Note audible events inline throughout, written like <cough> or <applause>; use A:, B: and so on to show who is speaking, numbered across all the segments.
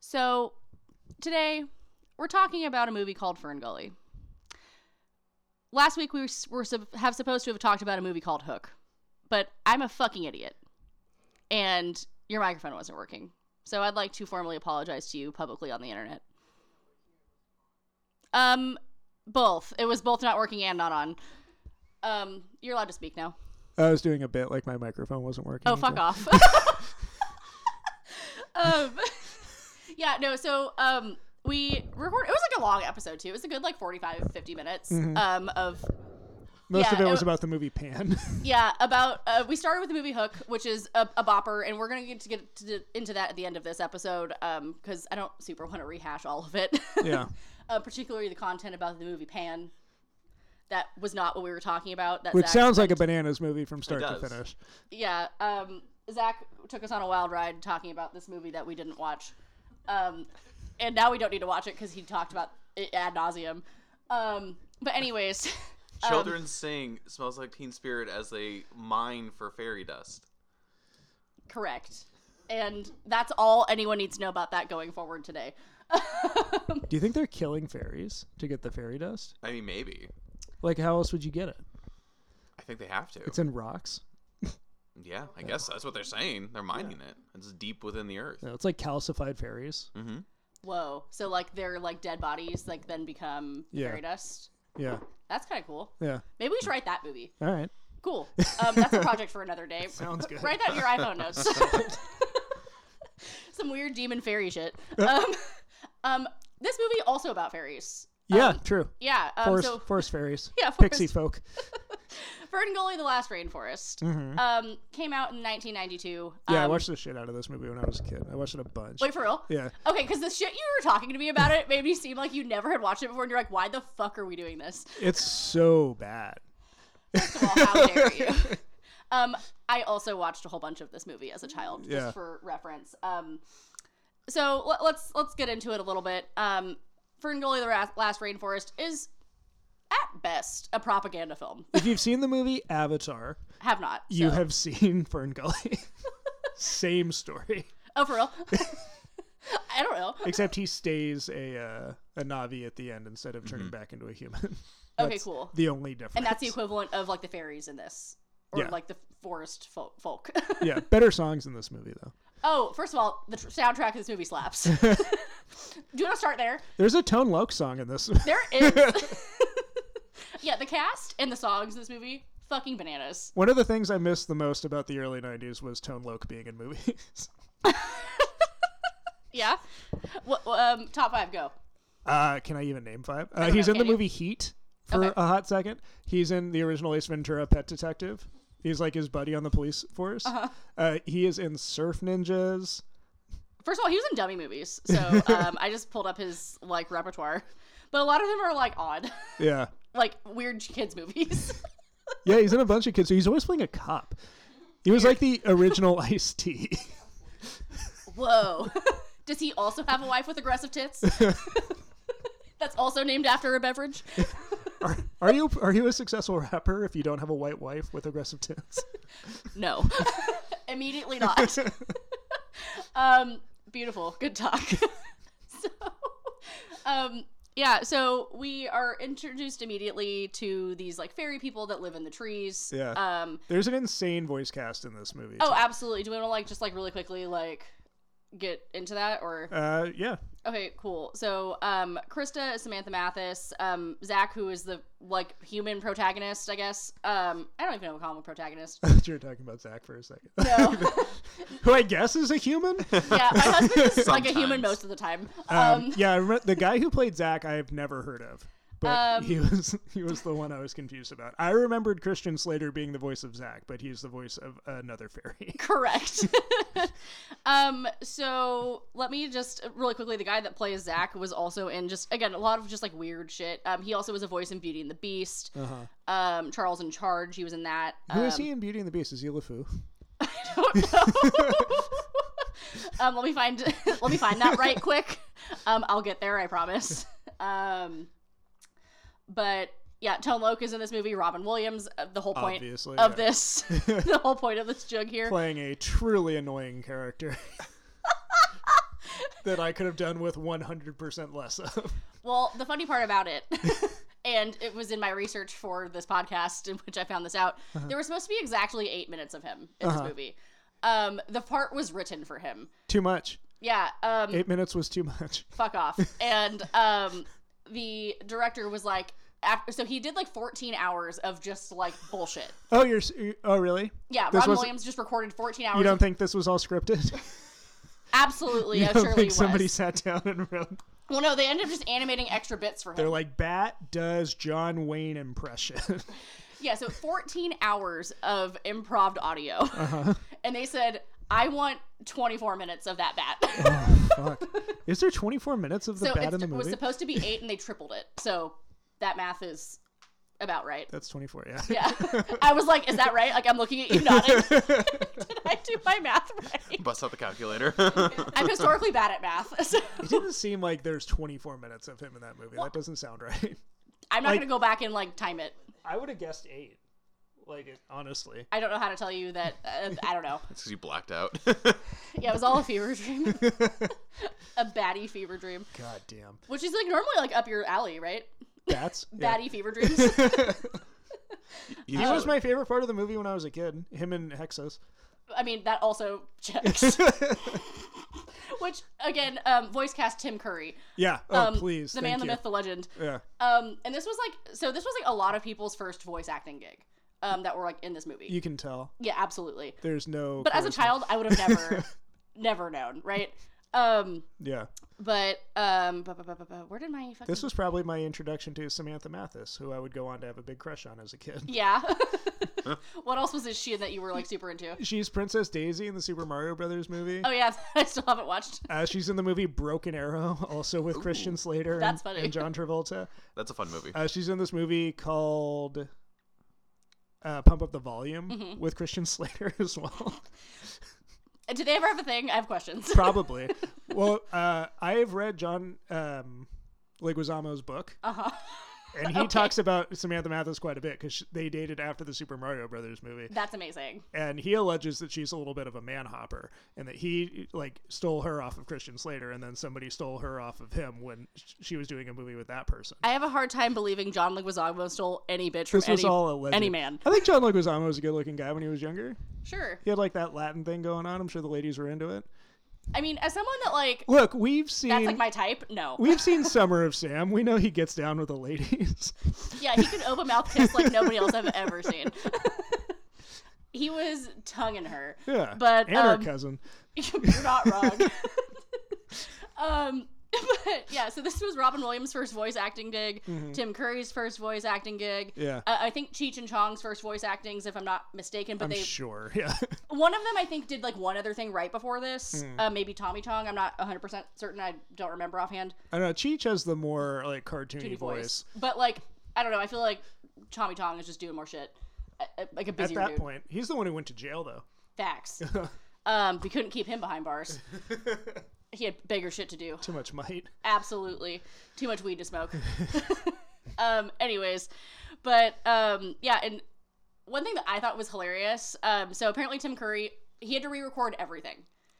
A: So today we're talking about a movie called Fern Gully. Last week we s- were sup- have supposed to have talked about a movie called Hook, but I'm a fucking idiot, and your microphone wasn't working. So I'd like to formally apologize to you publicly on the internet. Um, both. It was both not working and not on. Um, you're allowed to speak now.
B: I was doing a bit like my microphone wasn't working.
A: Oh, fuck
B: either.
A: off.
B: <laughs>
A: <laughs> um, <laughs> yeah, no, so um, we record. It was like a long episode, too. It was a good, like, 45, 50 minutes
B: Mm-hmm.
A: um, of.
B: Most
A: Yeah,
B: of it
A: it
B: was
A: w-
B: about the movie Pan. <laughs>
A: Yeah, about. Uh, we started with the movie Hook, which is a, a bopper, and we're going to get to get to, into that at the end of this episode because I don't super want to rehash all of it. <laughs>
B: yeah.
A: uh, particularly the content about the movie Pan. That was not what we were talking about. That
B: Which
A: Zach-
B: sounds like a bananas movie from start to
C: does.
B: finish.
A: yeah. Um, Zach took us on a wild ride talking about this movie that we didn't watch, um, and now we don't need to watch it because he talked about it ad nauseum. Um, but anyways, <laughs> um,
C: Children sing "Smells Like Teen Spirit" as they mine for fairy dust.
A: correct, and that's all anyone needs to know about that going forward today.
B: Do you think they're killing fairies to get the fairy dust?
C: I mean, maybe.
B: Like, how else would you get it?
C: I think they have to.
B: It's in rocks.
C: yeah, I guess that's what they're saying. They're mining it. It's deep within the earth.
B: No, it's like calcified fairies.
A: Whoa! So like their like dead bodies like then become
B: Yeah.
A: fairy dust.
B: Yeah.
A: That's kind of cool.
B: Yeah.
A: Maybe we should write that movie.
B: All right.
A: Cool. Um, that's a project for another day.
B: <laughs> Sounds good.
A: Write that in your iPhone notes. <laughs> Some weird demon fairy shit. Um, <laughs> um, this movie also about fairies.
B: Yeah. true.
A: Yeah. Um,
B: Forest,
A: so
B: forest fairies.
A: <laughs> Yeah,
B: Pixie folk.
A: Fern Gully, The Last Rainforest, um, came out in 1992.
B: Mm-hmm. Yeah, I
A: Um,
B: watched the shit out of this movie when I was a kid. I watched it a bunch.
A: Wait for real.
B: yeah.
A: Okay, because the shit you were talking to me about it made me seem like you never had watched it before, and you're like, "Why the fuck are we doing this?"
B: It's so bad.
A: First of all, how
B: <laughs>
A: dare you? Um, I also watched a whole bunch of this movie as a child,
B: Yeah.
A: just for reference. Um, so let, let's let's get into it a little bit. Um, Ferngully: The Ra- Last Rainforest is at best a propaganda film.
B: If you've seen the movie Avatar,
A: have not.
B: you
A: so-
B: have seen <laughs>
A: <laughs>
B: Fern Gully. Same story.
A: Oh, for
B: <laughs>
A: real? <laughs> I don't know.
B: Except he stays a uh, a Navi at the end instead of turning back into a human. <laughs>
A: Okay,
B: That's
A: cool.
B: The only difference.
A: And that's the equivalent of like the fairies in this, or
B: Yeah.
A: like the forest fol- folk.
B: <laughs>
A: <laughs>
B: yeah, better songs in this movie though.
A: oh, first of all, the tr- soundtrack of this movie
B: <laughs>
A: slaps. <laughs> Do you want to start there?
B: There's a Tone Loc song in this. <laughs>
A: There is. <laughs> yeah, the cast and the songs in this movie, fucking bananas.
B: One of the things I missed the most about the early '90s was Tone Loc being in movies. <laughs>
A: Yeah. What, um, top five, go.
B: Uh, can I even name five? Uh,
A: don't
B: he's
A: know,
B: in the
A: can you?
B: movie Heat for
A: Okay.
B: a hot second. He's in the original Ace Ventura: Pet Detective. He's like his buddy on the police force.
A: Uh-huh.
B: uh he is in Surf Ninjas.
A: First of all, he was in dummy movies, so um, I just pulled up his like repertoire, but a lot of them are like odd, <laughs>
B: Yeah,
A: like weird kids movies. <laughs>
B: yeah, he's in a bunch of kids. So he's always playing a cop. He was like the original <laughs> Ice T.
A: Whoa. <laughs> Does he also have a wife with aggressive tits? <laughs> That's also named after a beverage.
B: Are, are you are you a successful rapper if you don't have a white wife with aggressive tits?
A: No, <laughs> immediately
B: <laughs>
A: not. um, beautiful, good talk. <laughs> so, um, yeah, so we are introduced immediately to these like fairy people that live in the trees.
B: Yeah.
A: Um.
B: <laughs> There's an insane voice cast in this movie.
A: Oh, absolutely. Do we want to like just like really quickly like get into that or?
B: uh, <laughs> yeah,
A: Okay, cool. So, um, Krista is Samantha Mathis. Um, Zach, who is the like human protagonist, I guess. Um, I don't even know what to call him a
B: <laughs>
A: protagonist.
B: you were talking about Zach for a second,
A: No,
B: <laughs> who I guess is
A: <laughs>
B: a human.
A: yeah, my husband is like a
C: Sometimes.
A: human most of the time.
B: Um,
A: Um,
B: yeah, I remember, the guy who played Zach, I've never heard of, but
A: Um,
B: he was he was the one I was confused about. I remembered Christian Slater being the voice of Zach, but he's the voice of
A: <laughs>
B: another fairy.
A: correct. um, so let me just really quickly. The guy that plays Zach was also in just again a lot of just like weird shit. Um, he also was a voice in Beauty and the Beast.
B: Uh-huh.
A: Um, Charles in Charge. He was in that.
B: Who
A: um,
B: is he in Beauty and the Beast? Is he LeFou?
A: <laughs> um, let me find <laughs> let me find that right quick. Um, I'll get there, I promise. <laughs> Um, but yeah, Tone Loc is in this movie. Robin Williams. Uh, the whole point
B: Obviously,
A: of
B: yeah.
A: this, <laughs> the whole point of this jug here.
B: Playing a truly annoying character. <laughs> that I could have done with 100% less of.
A: Well, the funny part about it, <laughs> and it was in my research for this podcast, in which I found this out,
B: Uh-huh.
A: there was supposed to be exactly eight minutes of him in this movie. Um, the part was written for him.
B: too much.
A: Yeah. Um,
B: Eight minutes was too much.
A: fuck off.
B: <laughs>
A: And um, the director was like, after, so he did like 14 hours of just like bullshit.
B: Oh, you're. s- you- Oh, really?
A: Yeah,
B: This
A: Ron
B: was-
A: Williams just recorded 14 hours.
B: You don't
A: of-
B: think this was all scripted?
A: absolutely,
B: <laughs> you
A: I
B: don't
A: surely
B: think
A: was.
B: somebody sat down and wrote?
A: Well, no, they ended up just animating extra bits for him.
B: They're like, Bat does John Wayne impression. <laughs>
A: Yeah, so 14 hours of improv audio.
B: Uh-huh.
A: <laughs> And they said, I want 24 minutes of that bat.
B: Fuck. Is there 24 minutes of
A: <laughs>
B: the
A: so
B: Bat
A: it's-
B: in the
A: it was
B: movie?
A: supposed to be eight and they tripled it. So that math is about right.
B: That's 24. Yeah.
A: Yeah.
B: <laughs>
A: I was like, is that right? Like, I'm looking at you nodding. <laughs> Did I do my math
B: <laughs>
A: right?
C: Bust out the calculator. <laughs>
A: I'm historically bad at math. <laughs> So
B: It didn't seem like there's 24 minutes of him in that movie. That doesn't sound right.
A: I'm not
B: Like-
A: going to go back and, like, time it.
B: I would have guessed eight. Like, it, honestly.
A: I don't know how to tell you that. Uh, I don't know.
C: That's because you blacked out. <laughs>
A: Yeah, it was all a fever
B: <laughs>
A: dream. <laughs> a batty fever dream.
B: God damn.
A: Which is, like, normally, like, up your alley, right? <laughs>
B: Bats? Yeah.
A: Batty fever dreams.
B: <laughs> He was my favorite part of the movie when I was a kid. Him and Hexos.
A: I mean, that also
B: <laughs>
A: checks. Which again, um, voice cast Tim Curry.
B: Yeah. Oh,
A: Um,
B: please.
A: the
B: Thank
A: man, the
B: you.
A: myth, the legend.
B: Yeah.
A: Um, and this was like, so this was like a lot of people's first voice acting gig, um, that were like in this movie.
B: You can tell.
A: yeah, absolutely.
B: There's no.
A: But as a
B: charisma.
A: child, I would have
B: <laughs>
A: never, never known, right? Um,
B: Yeah.
A: but um, bu- bu- bu- bu- bu- where did my fucking
B: This was probably my introduction to Samantha Mathis, who I would go on to have a big crush on as a kid.
A: yeah? <laughs> what else was this she in that you were like super
B: <laughs>
A: into?
B: <laughs> She's Princess Daisy in the Super Mario Brothers movie.
A: Oh yeah, <laughs> I still haven't watched.
B: Uh, she's in the movie Broken Arrow, <laughs> also with Christian Slater and-
A: That's funny. <laughs>
B: and John Travolta.
C: That's a fun movie.
B: Uh, she's in this movie called uh, Pump Up the Volume
A: Mm-hmm.
B: with Christian <laughs> Slater as well.
A: Do they ever have a thing? I have questions.
B: Probably. well, uh, I have read John um, Leguizamo's book.
A: Uh-huh. <laughs>
B: And he talks about Samantha Mathis quite a bit because they dated after the Super Mario Brothers movie.
A: That's amazing.
B: And he alleges that she's a little bit of a man hopper and that he like stole her off of Christian Slater and then somebody stole her off of him when sh- she was doing a movie with that person.
A: I have a hard time believing John Leguizamo stole any bitch from
B: This was
A: any,
B: all alleged.
A: any man.
B: I think John Leguizamo was a good looking guy when he was younger.
A: Sure.
B: He had like that Latin thing going on. I'm sure the ladies were into it.
A: I mean, as someone that like
B: Look, we've seen
A: that's like my type. No.
B: we've seen Summer of Sam. We know he gets down with the ladies.
A: <laughs> yeah, he could open mouth kiss like nobody else I've ever seen. <laughs> he was tonguing her.
B: Yeah.
A: But
B: and
A: um,
B: her cousin.
A: <laughs> you're not wrong. um. <laughs> But yeah, so this was Robin Williams' first voice acting gig, Tim Curry's first voice acting gig.
B: Mm-hmm. Yeah.
A: Uh, I think Cheech and Chong's first voice actings, if I'm not mistaken. But
B: I'm
A: they
B: sure. <laughs> Yeah.
A: One of them, I think, did like one other thing right before this.
B: Hmm.
A: Uh, maybe Tommy Chong. I'm not 100% certain. I don't remember offhand.
B: I don't know. Cheech has the more like cartoony
A: Any
B: voice.
A: But like, I don't know. I feel like Tommy Chong is just doing more shit. Uh, uh, Like a
B: At
A: busier
B: that
A: dude.
B: point, he's the one who went to jail though. <laughs>
A: Facts. um, we couldn't keep him behind bars. he had bigger shit to do.
B: Too much might.
A: Absolutely. Too much weed to smoke. <laughs> um, anyways, but um, yeah, and one thing that I thought was hilarious. Um, so apparently Tim Curry, he had to re-record everything.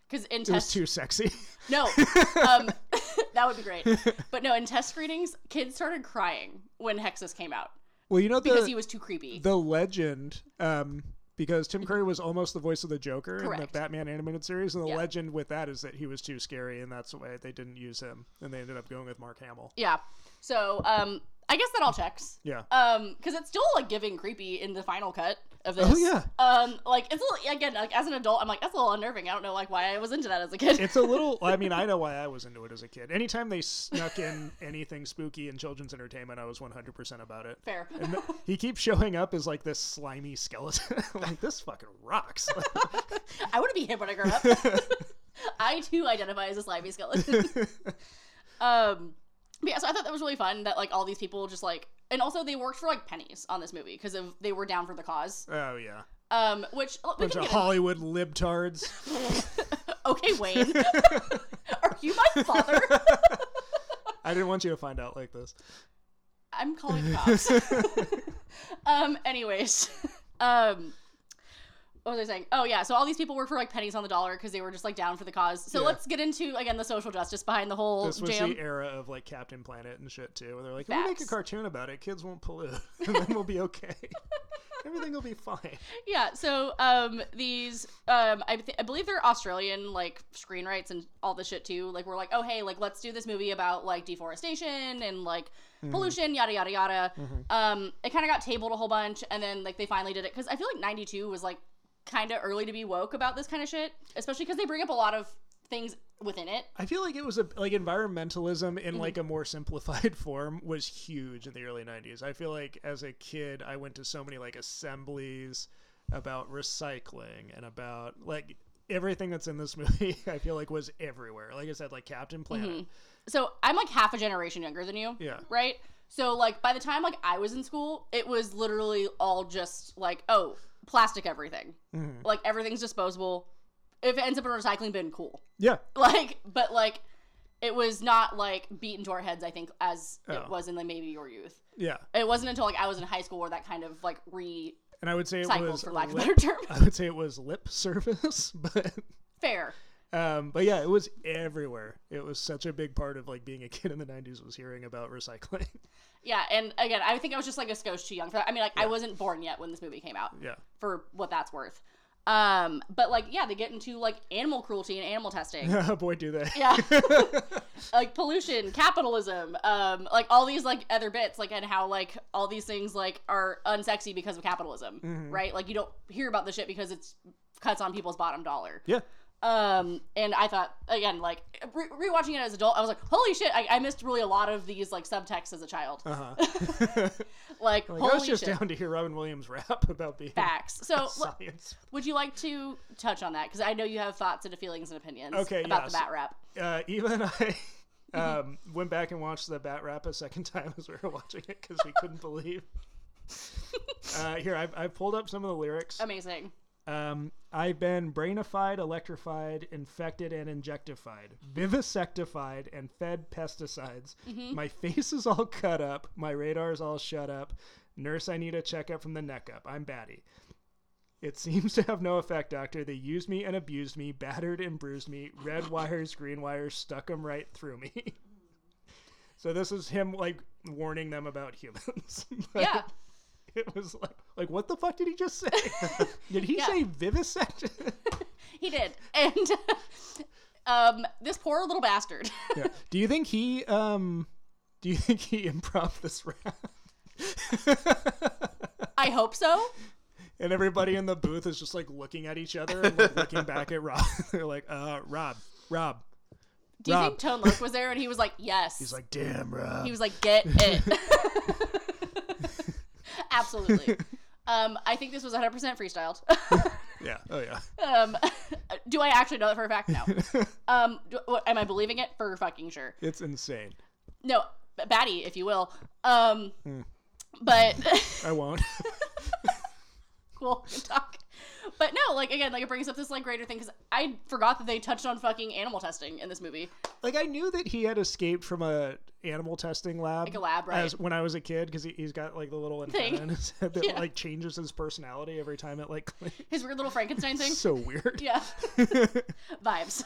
A: Because in
B: It was
A: test
B: too sexy. <laughs>
A: No, um, <laughs> that would be great. But no, in test screenings, kids started crying when Hexus came out
B: well, you know
A: because
B: the
A: he was too creepy.
B: the legend um because Tim Curry was almost the voice of the Joker in
A: Correct.
B: the Batman animated series, and the
A: Yeah.
B: legend with that is that he was too scary, and that's why they didn't use him, and they ended up going with Mark Hamill.
A: yeah. So um, I guess that all checks.
B: Yeah,
A: Um, because it's still like giving creepy in the final cut of this.
B: Oh, yeah.
A: Um, like it's a little, again like as an adult, I'm like that's a little unnerving. I don't know like why I was into that as a kid. <laughs>
B: it's a little. I mean, I know why I was into it as a kid. Anytime they snuck in anything spooky in children's entertainment, I was one hundred percent about it.
A: Fair. <laughs>
B: And th- he keeps showing up as like this slimy skeleton. <laughs> I'm like this fucking rocks. <laughs>
A: I want to be him when I grow up. <laughs> I too identify as a slimy skeleton.
B: <laughs>
A: um, but yeah, so I thought that was really fun that like all these people just like, and also they worked for like pennies on this movie because of they were down for the cause. <laughs>
B: oh yeah,
A: Um, which we
B: bunch
A: can
B: of
A: get
B: Hollywood libtards.
A: <laughs> okay,
B: <laughs>
A: Wayne, are you my father?
B: I didn't want you to find out like this.
A: I'm <laughs>
B: <laughs>
A: calling the cops. um, anyways, um, what was I saying? Oh yeah, so all these people work for like pennies on the dollar because they were just like down for the cause. So
B: Yeah.
A: let's get into again the social justice behind the whole
B: This was
A: jam.
B: the era of like Captain Planet and shit too, where they're like, if we make a
A: Facts.
B: cartoon about it, kids won't pollute, <laughs> and then we'll
A: <laughs>
B: be okay. Everything will be fine.
A: Yeah, so um, these um, I, th- I believe they're Australian like screen rights and all the shit too. Like we're like, oh hey, like let's do this movie about like deforestation and like pollution, yada yada yada. Um, it kind of got tabled a whole bunch, and then like they finally did it because I feel like '92 was like kind of early to be woke about this kind of shit, especially because they bring up a lot of things within it.
B: I feel like it was a like environmentalism in like
A: Mm-hmm.
B: a more simplified <laughs> form was huge in the early 90s. I feel like as a kid I went to so many like assemblies about recycling and about like everything that's in this <laughs> movie I feel like was everywhere. Like I said like Captain Planet.
A: Mm-hmm. so I'm like half a generation younger than you.
B: Yeah.
A: Right? So like by the time like I was in school, it was literally all just like, oh, plastic everything.
B: Mm-hmm.
A: Like everything's disposable. If it ends up in a recycling bin, cool. <laughs>
B: Yeah.
A: Like, but like it was not like beaten to our heads, I think, as
B: Oh.
A: it was in like maybe your youth.
B: Yeah.
A: It wasn't until like I was in high school where that kind of like recycled
B: And I would say it was
A: for lack of a
B: lip-
A: better term.
B: <laughs>
A: <laughs>
B: I would say it was lip <laughs> service, but
A: Fair.
B: um but yeah, it was everywhere. It was such a big part of like being a kid in the 90s was hearing about recycling. <laughs>
A: Yeah, and again, I think I was just like a skosh too young for that. I mean, like I wasn't born yet when this movie came out.
B: yeah. <laughs>
A: for what that's worth. Um, but like, yeah, they get into like animal cruelty and animal testing.
B: Boy do they. <laughs>
A: yeah. like pollution, capitalism, um, like all these like other bits, like and how like all these things like are unsexy because of capitalism,
B: Mm-hmm.
A: right? Like you don't hear about the shit because it's cuts on people's bottom dollar.
B: Yeah.
A: Um, and I thought again, like re- rewatching it as an adult, I was like, holy shit, I, I missed really a lot of these like subtexts as a child. <laughs>
B: Uh-huh.
A: Like,
B: Like,
A: holy
B: I was just
A: shit,
B: down to hear Robin Williams rap <laughs> about being
A: facts. So l-
B: science.
A: Would you like to touch on that? Because I know you have thoughts and feelings and opinions
B: Okay,
A: about
B: yeah,
A: the
B: so-
A: bat rap.
B: Uh, Eva and I <laughs> um, went back and watched the Bat Rap a second time as we were watching it because we
A: <laughs>
B: couldn't believe. Uh, here, I've, I've pulled up some of the lyrics.
A: Amazing.
B: Um, I've been brainified, electrified, infected, and injectified, vivisectified, and fed pesticides. My <laughs> face is all cut up. My radar's all shut up. Nurse, I need a checkup from the neck up. I'm batty. It seems to have no effect, doctor. They used me and abused me, battered and bruised me. Red wires, green wires, stuck 'em right through me. <laughs> so this is him like warning them about humans. <laughs> But-
A: Yeah.
B: <laughs> it was like, like what the fuck did
A: <laughs>
B: he just say? did he
A: Yeah.
B: say
A: <laughs>
B: vivisect?
A: He did. And <laughs> um, this poor little bastard. <laughs>
B: yeah. Do you think he um do you think he <laughs> improv this rap? <laughs>
A: I hope so.
B: and everybody in the booth is just like looking at each other and like, looking back at Rob. <laughs> They're like, uh, Rob, Rob.
A: Do you
B: Rob.
A: think Tone Loc was there and he was like, yes?
B: He's like, damn, Rob.
A: he was like,
B: <laughs>
A: get it. <laughs> Absolutely. Um, I think this was 100% freestyled. <laughs>
B: yeah. Oh yeah.
A: um, <laughs> do I actually know that for a fact?
B: <laughs>
A: No. Um, do, what, am I believing it? For fucking sure.
B: It's insane.
A: No, batty, if you will. Um,
B: Hmm.
A: But <laughs>
B: I won't. <laughs>
A: cool <laughs> good talk. But no, like again, like it brings up this like greater thing because I forgot that they touched on fucking animal testing in this movie.
B: like I knew that he had escaped from a animal testing lab,
A: Like a lab, right?
B: As when I was a kid, because he, he's got like the little
A: Thing.
B: antenna in his head <laughs>
A: <laughs>
B: that
A: Yeah.
B: like changes his personality every time it like. <laughs> clicks.
A: His weird little Frankenstein
B: <laughs>
A: thing.
B: so weird.
A: yeah, vibes.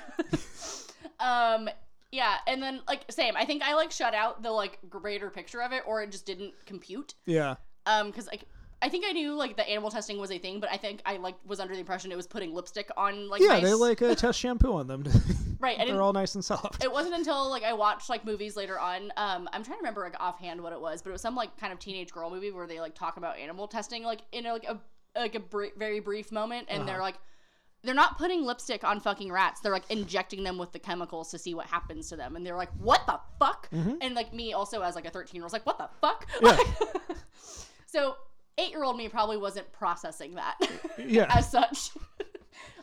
A: <laughs> um, yeah, and then like same. I think I like shut out the like greater picture of it, or it just didn't compute.
B: yeah.
A: Um, because like. I think I knew like the animal testing was a thing, but I think I like was under the impression it was putting lipstick on like
B: Yeah,
A: mice.
B: they
A: <laughs>
B: like uh, test shampoo on them. <laughs>
A: right. I didn't
B: They're all nice and soft.
A: it wasn't until like I watched like movies later on. Um, I'm trying to remember like offhand what it was, but it was some like kind of teenage girl movie where they like talk about animal testing like in a, like a like a br- very brief moment, and
B: Uh-huh.
A: they're like they're not putting lipstick on fucking rats. They're like injecting them with the chemicals to see what happens to them, and they're like, what the fuck? And like me also as like a 13 year old was like, what the fuck?
B: Mm-hmm. Yeah.
A: <laughs> so eight year old me probably wasn't processing that
B: <laughs> Yeah.
A: <laughs> as such.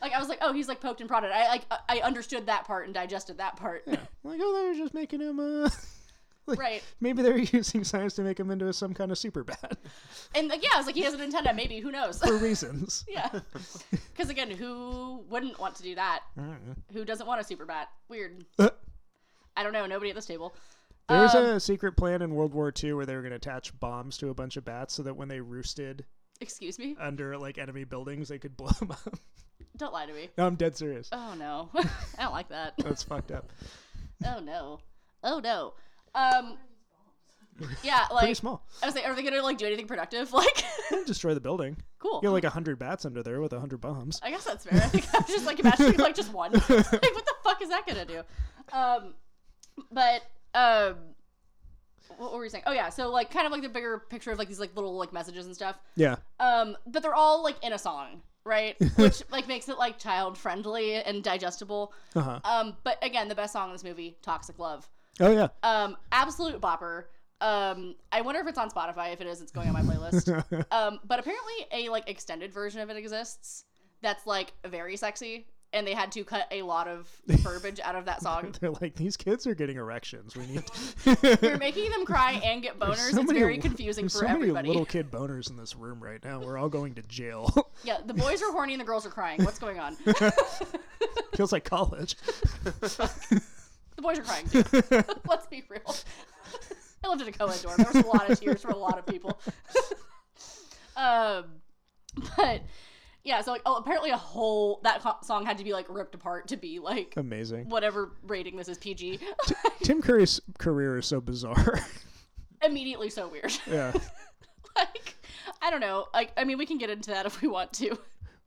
A: Like I was like, oh, he's like poked and prodded. I like I I understood that part and digested that part.
B: <laughs> like, oh, they're just making him. Uh, <laughs>
A: <laughs>
B: like,
A: Right.
B: Maybe they're <laughs> using science to make him into some kind of super bat
A: And like, yeah, I was like, he has an antenna. Maybe who knows?
B: <laughs> for reasons.
A: <laughs> yeah,
B: <laughs>
A: because again, who wouldn't want to do that?
B: I don't know.
A: Who doesn't want a super bat? Weird.
B: Uh,
A: I don't know. Nobody at this table. Um,
B: There was a secret plan in World War II where they were going to attach bombs to a bunch of bats so that when they roosted,
A: Excuse me?
B: under like enemy buildings. They could <laughs> blow them up.
A: Don't lie to me.
B: No, I'm dead serious.
A: Oh no. <laughs> I don't like that.
B: That's
A: <laughs>
B: fucked up.
A: Oh no. Oh no. Um Yeah,
B: Pretty
A: like
B: small.
A: I was like, are they gonna like do anything productive? <laughs> Like
B: Destroy the building.
A: cool.
B: You have like hundred bats under there with hundred bombs.
A: I guess that's fair. I think I'm just like imagining like just one. <laughs> like what the fuck is that gonna do? Um, but um, what were we saying? Oh yeah, so like kind of like the bigger picture of like these like little like messages and stuff.
B: Yeah.
A: Um, but they're all like in a song, right? Which like makes it like child friendly and digestible.
B: Uh huh.
A: Um, but again, the best song in this movie, "Toxic Love."
B: Oh yeah.
A: Um, absolute bopper. Um, I wonder if it's on Spotify. If it is, it's going on my
B: <laughs>
A: playlist. um, but apparently, a like extended version of it exists. That's like very sexy, and they had to cut a lot of verbiage out of
B: <laughs>
A: that song.
B: They're like these kids are getting erections. We
A: <laughs>
B: need <laughs>
A: You're making them cry and get boners.
B: so
A: it's
B: many
A: very
B: li-
A: confusing
B: There's
A: for
B: so many
A: everybody.
B: little kid boners in this room right now. We're all going to jail. <laughs>
A: Yeah, the boys are horny and the girls are crying. What's going on?
B: Feels
A: <laughs>
B: like college.
A: The boys are crying too. <laughs> Let's be real. I lived in a co-ed dorm. There was a lot of tears from a lot of people. <laughs> um, but yeah, so like, oh, apparently a whole that co- song had to be like ripped apart to be like
B: Amazing.
A: whatever rating this is PG.
B: Tim Curry's career is so bizarre.
A: <laughs>
B: <laughs>
A: Immediately so weird. <laughs>
B: yeah.
A: like I don't know. Like I mean, we can get into that if we want to.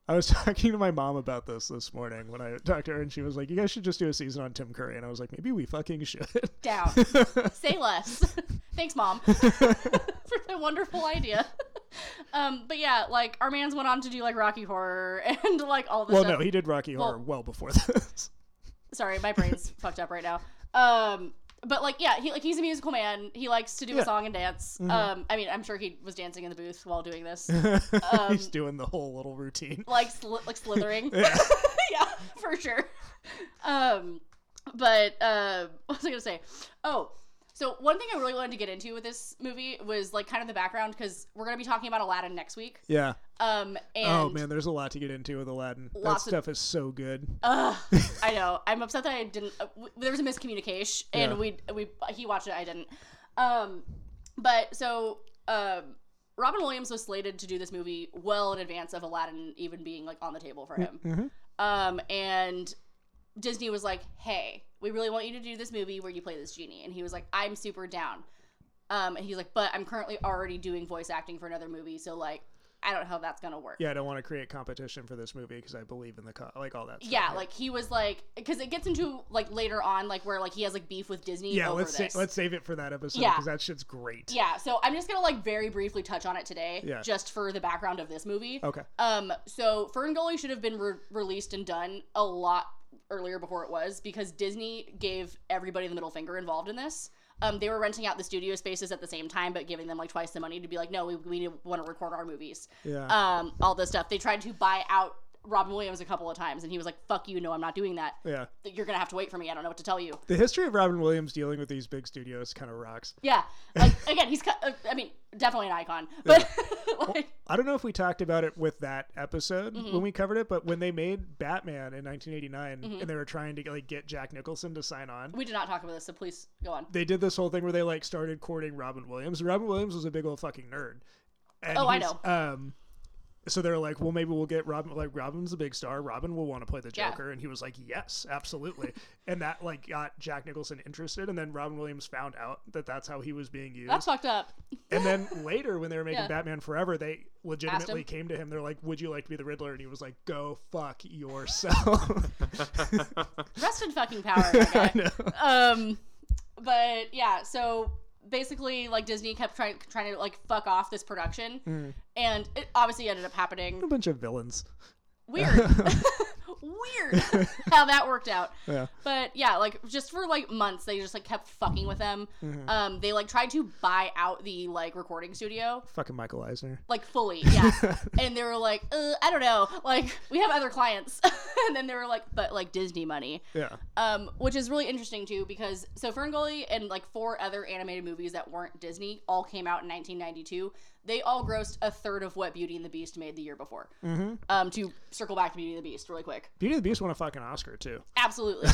B: I was <laughs> talking to my mom about this this morning when I talked to her, and she was like, "You guys should just do a season on Tim Curry." And I was like, "Maybe we fucking should." <laughs>
A: Down. Say less. <laughs> Thanks, mom, for the wonderful idea. Um, but yeah, like our man's went on to do like Rocky Horror <laughs> and like all this.
B: well,
A: stuff.
B: no, he did Rocky Horror well before this. <laughs>
A: sorry my brain's fucked up right now um but like yeah he like he's a musical man he likes to do
B: Yeah. Mm-hmm.
A: a song and dance um i mean i'm sure he was dancing in the booth while doing this um
B: He's doing the whole little routine.
A: like sli- like slithering <laughs> yeah. for sure um but uh <laughs> what was i gonna say oh so one thing i really wanted to get into with this movie was like kind of the background because we're gonna be talking about aladdin next week
B: Yeah.
A: um and
B: oh man, there's a lot to get into with Aladdin. That
A: Lots of-
B: stuff is so good.
A: Ugh, I know. I'm upset that I didn't. Uh, w- there was a miscommunication, and
B: Yeah.
A: we we he watched it. I didn't. Um, but so um, Robin Williams was slated to do this movie well in advance of Aladdin even being like on the table for him.
B: Mhm.
A: Um, and Disney was like, "Hey, we really want you to do this movie where you play this genie," and he was like, "I'm super down." Um, and he's like, "But I'm currently already doing voice acting for another movie, so like, I don't know how that's gonna work."
B: Yeah, I don't want to create competition for this movie because I believe in the co- like all that. Stuff.
A: Yeah, like he was like, because it gets into like later on, like where like he has like beef with Disney.
B: yeah.
A: over
B: Let's sa-
A: this.
B: let's save it for that episode
A: Yeah.
B: because that shit's great.
A: Yeah, so I'm just gonna like very briefly touch on it today,
B: Yeah.
A: just for the background of this movie.
B: Okay.
A: Um, so Ferngully should have been re- released and done a lot earlier before it was because Disney gave everybody the middle finger involved in this. Um, they were renting out the studio spaces at the same time, but giving them like twice the money to be like, no, we, we want to record our movies.
B: Yeah.
A: Um, all this stuff. They tried to buy out Robin Williams a couple of times, and he was like, fuck you, no, I'm not doing that.
B: yeah.
A: that you're gonna have to wait for me. I don't know what to tell you.
B: The history of Robin Williams dealing with these big studios kind of rocks.
A: Yeah, like again, he's. cu- uh, I mean, definitely an icon, but <laughs> like,
B: I don't know if we talked about it with that episode
A: Mm-hmm.
B: when we covered it, but when they made Batman in 1989
A: Mm-hmm.
B: and they were trying to like get Jack Nicholson to sign on,
A: we did not talk about this, so please go on.
B: they did this whole thing where they like started courting Robin Williams. Robin Williams was a big old fucking nerd. And
A: Oh, I
B: he's-
A: know.
B: Um, so they're like, well, maybe we'll get Robin. Like, Robin's a big star. Robin will want to play the
A: Yeah.
B: Joker, and he was like, yes,
A: <laughs>
B: absolutely. and that like got Jack Nicholson interested, and then Robin Williams found out that that's how he was being used.
A: That's fucked up. <laughs>
B: And then later, when they were making
A: Yeah.
B: Batman Forever, they legitimately
A: him.
B: came to him. They're like, "Would you like to be the Riddler?" And he was like, "Go fuck
A: <laughs>
B: yourself." <laughs>
A: Rest in fucking power. my guy. Um, but yeah, so basically, like Disney kept trying trying to like fuck off this production, and it obviously ended up happening.
B: <laughs> a bunch of villains.
A: Weird. <laughs> Weird how that worked out.
B: Yeah.
A: But yeah, like just for like months, they just like kept fucking with them. Um, they like tried to buy out the like recording studio.
B: Fucking Michael Eisner.
A: like fully yeah and they were like uh, i don't know like we have other clients <laughs> and then they were like but like disney money
B: Yeah.
A: um which is really interesting too because so ferngully and like four other animated movies that weren't disney all came out in 1992 they all grossed a third of what beauty and the beast made the year before um to circle back to beauty and the beast really quick
B: Beauty and the Beast won a fucking Oscar too.
A: Absolutely.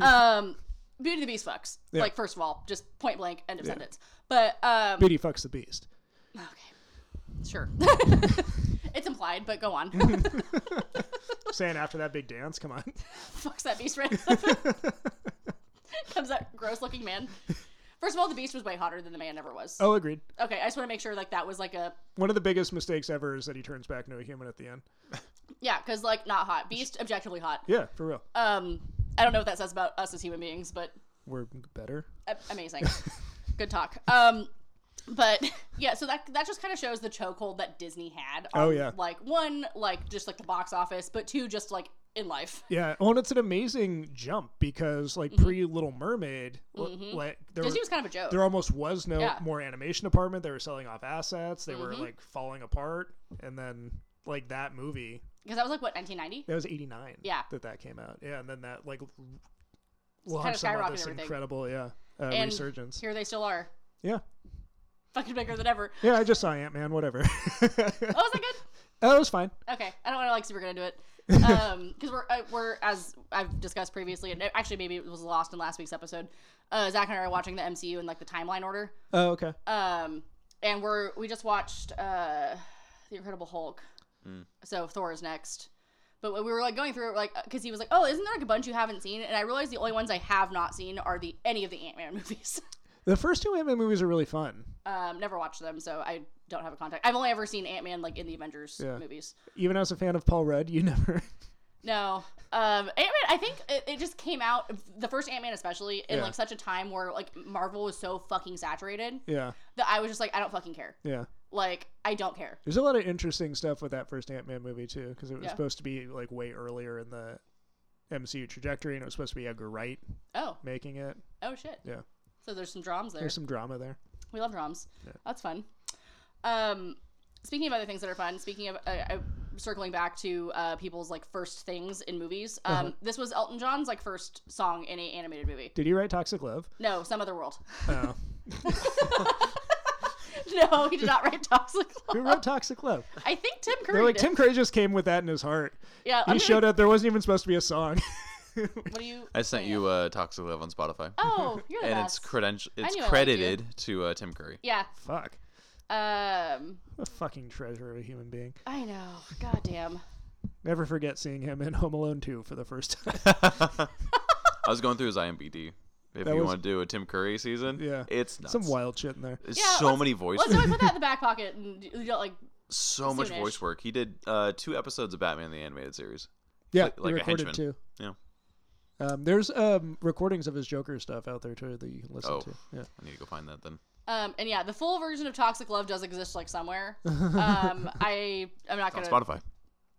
A: um, Beauty and the Beast fucks.
B: Yeah.
A: Like, first of all, just point blank, end of sentence. But um,
B: Beauty fucks the Beast.
A: okay, Sure. <laughs> it's implied, but go on.
B: Saying after that big
A: <laughs>
B: dance, come on.
A: Fucks that beast
B: <laughs>
A: right Comes that gross looking man. First of all, the beast was way hotter than the man ever was.
B: Oh, agreed.
A: Okay, I just want to make sure like that was like a
B: One of the biggest mistakes ever is that he turns back into a human at the end.
A: yeah, because like not hot. Beast objectively hot.
B: Yeah, for real.
A: Um, I don't know what that says about us as human beings, but
B: We're better.
A: a-
B: <laughs>
A: amazing. Good talk. Um, but yeah, so that that just kind of shows the chokehold that Disney had. On,
B: Oh, yeah.
A: Like one, like just like the box office, but two, just like in life.
B: Yeah. Well, and it's an amazing jump because, like,
A: Mm-hmm.
B: pre Little Mermaid, l- like there
A: Disney
B: were-
A: Mm-hmm. was kind of a joke.
B: there almost was no
A: Yeah. Mm-hmm.
B: more animation department. They were selling off assets. They were like falling apart, and then like that movie
A: because that was like what 1990
B: that was eighty nine.
A: Yeah.
B: that that came out. Yeah, and then that like
A: kinda
B: launched some of
A: skyrocketed
B: this
A: everything.
B: incredible yeah uh,
A: And
B: resurgence.
A: here they still are
B: Yeah,
A: fucking bigger than
B: <laughs>
A: ever
B: yeah. I just saw Ant Man. Whatever. <laughs> that
A: oh is that good
B: was fine.
A: okay i don't want to like super gonna do it um because we're uh, we're as i've discussed previously and actually maybe it was lost in last week's episode uh zach and i are watching the mcu in like the timeline order
B: Oh, okay.
A: um and we're we just watched uh the incredible hulk so thor is next but we were like going through it, like because he was like oh isn't there like a bunch you haven't seen and i realized the only ones i have not seen are the any of the ant-man <laughs> movies
B: The first two Ant Man movies are really fun.
A: Um, never watched them, so I don't have a contact. I've only ever seen Ant Man like in the Avengers
B: Yeah.
A: movies.
B: Even as a fan of Paul Rudd, you <laughs> never.
A: No, um, Ant Man. I think it, it just came out the first Ant Man, especially in
B: Yeah.
A: like such a time where like Marvel was so fucking saturated
B: yeah,
A: that I was just like, I don't fucking care.
B: yeah.
A: Like I don't care.
B: There's a lot of interesting stuff with that first Ant Man movie too, because it was
A: Yeah.
B: supposed to be like way earlier in the MCU trajectory, and it was supposed to be Edgar Wright
A: Oh,
B: making it.
A: oh shit.
B: Yeah,
A: So there's some drums there.
B: there's some drama there.
A: We love drums. That's fun. Um, speaking of other things that are fun, speaking of uh, uh, circling back to uh, people's like first things in movies, um,
B: Uh-huh.
A: this was Elton John's like first song in a animated movie.
B: Did you write Toxic Love?
A: No, some other world. <laughs>
B: Oh.
A: no, he did not write Toxic
B: Who
A: Love.
B: wrote Toxic Love?
A: I think Tim Curry.
B: They're like
A: did.
B: Tim Curry just came with that in his heart.
A: yeah,
B: He
A: <laughs> I'm
B: showed
A: gonna,
B: up. There wasn't even supposed to be a song. <laughs>
A: What do you?
C: I sent you uh, Toxic Love on Spotify. <laughs>
A: Oh, you're the
C: and it's
A: best.
C: credential. It's
A: knew I liked you.
C: credited to uh, Tim Curry.
A: yeah.
B: Fuck.
A: Um.
B: What a fucking treasure of a human being.
A: I know. God damn.
B: Never forget seeing him in Home Alone 2 for the first time.
C: I was going through his IMDb. If
B: That
C: you
B: was-
C: want to do a Tim Curry season,
B: Yeah.
C: it's nuts.
B: Some wild shit in there.
C: There's
A: Yeah,
C: so
A: let's-
C: many voice,
A: Let's always put
C: <laughs>
A: that in the back pocket and you know, like.
C: so much
A: soonish.
C: voice work. He did uh, two episodes of Batman the animated series.
B: Yeah,
C: like- like
B: he
C: a
B: recorded
C: henchman.
B: too.
C: Yeah,
B: Um, there's um, recordings of his Joker stuff out there too that you can listen
C: Oh.
B: to. Yeah.
C: I need to go find that then.
A: Um, and yeah, the full version of Toxic Love does exist like
C: <laughs>
A: somewhere. Um, I I'm not
C: On
A: gonna
C: Spotify.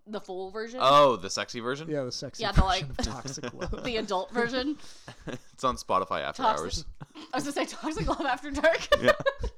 A: the full version,
C: Oh, the sexy version.
B: Yeah, the sexy
A: Yeah, the, like-
B: version of Toxic
C: <laughs>
B: Love.
A: the adult version.
C: It's on Spotify after
A: Toxic-
C: hours.
A: I was gonna say Toxic Love After Dark.
C: <laughs> Yeah.
A: <laughs>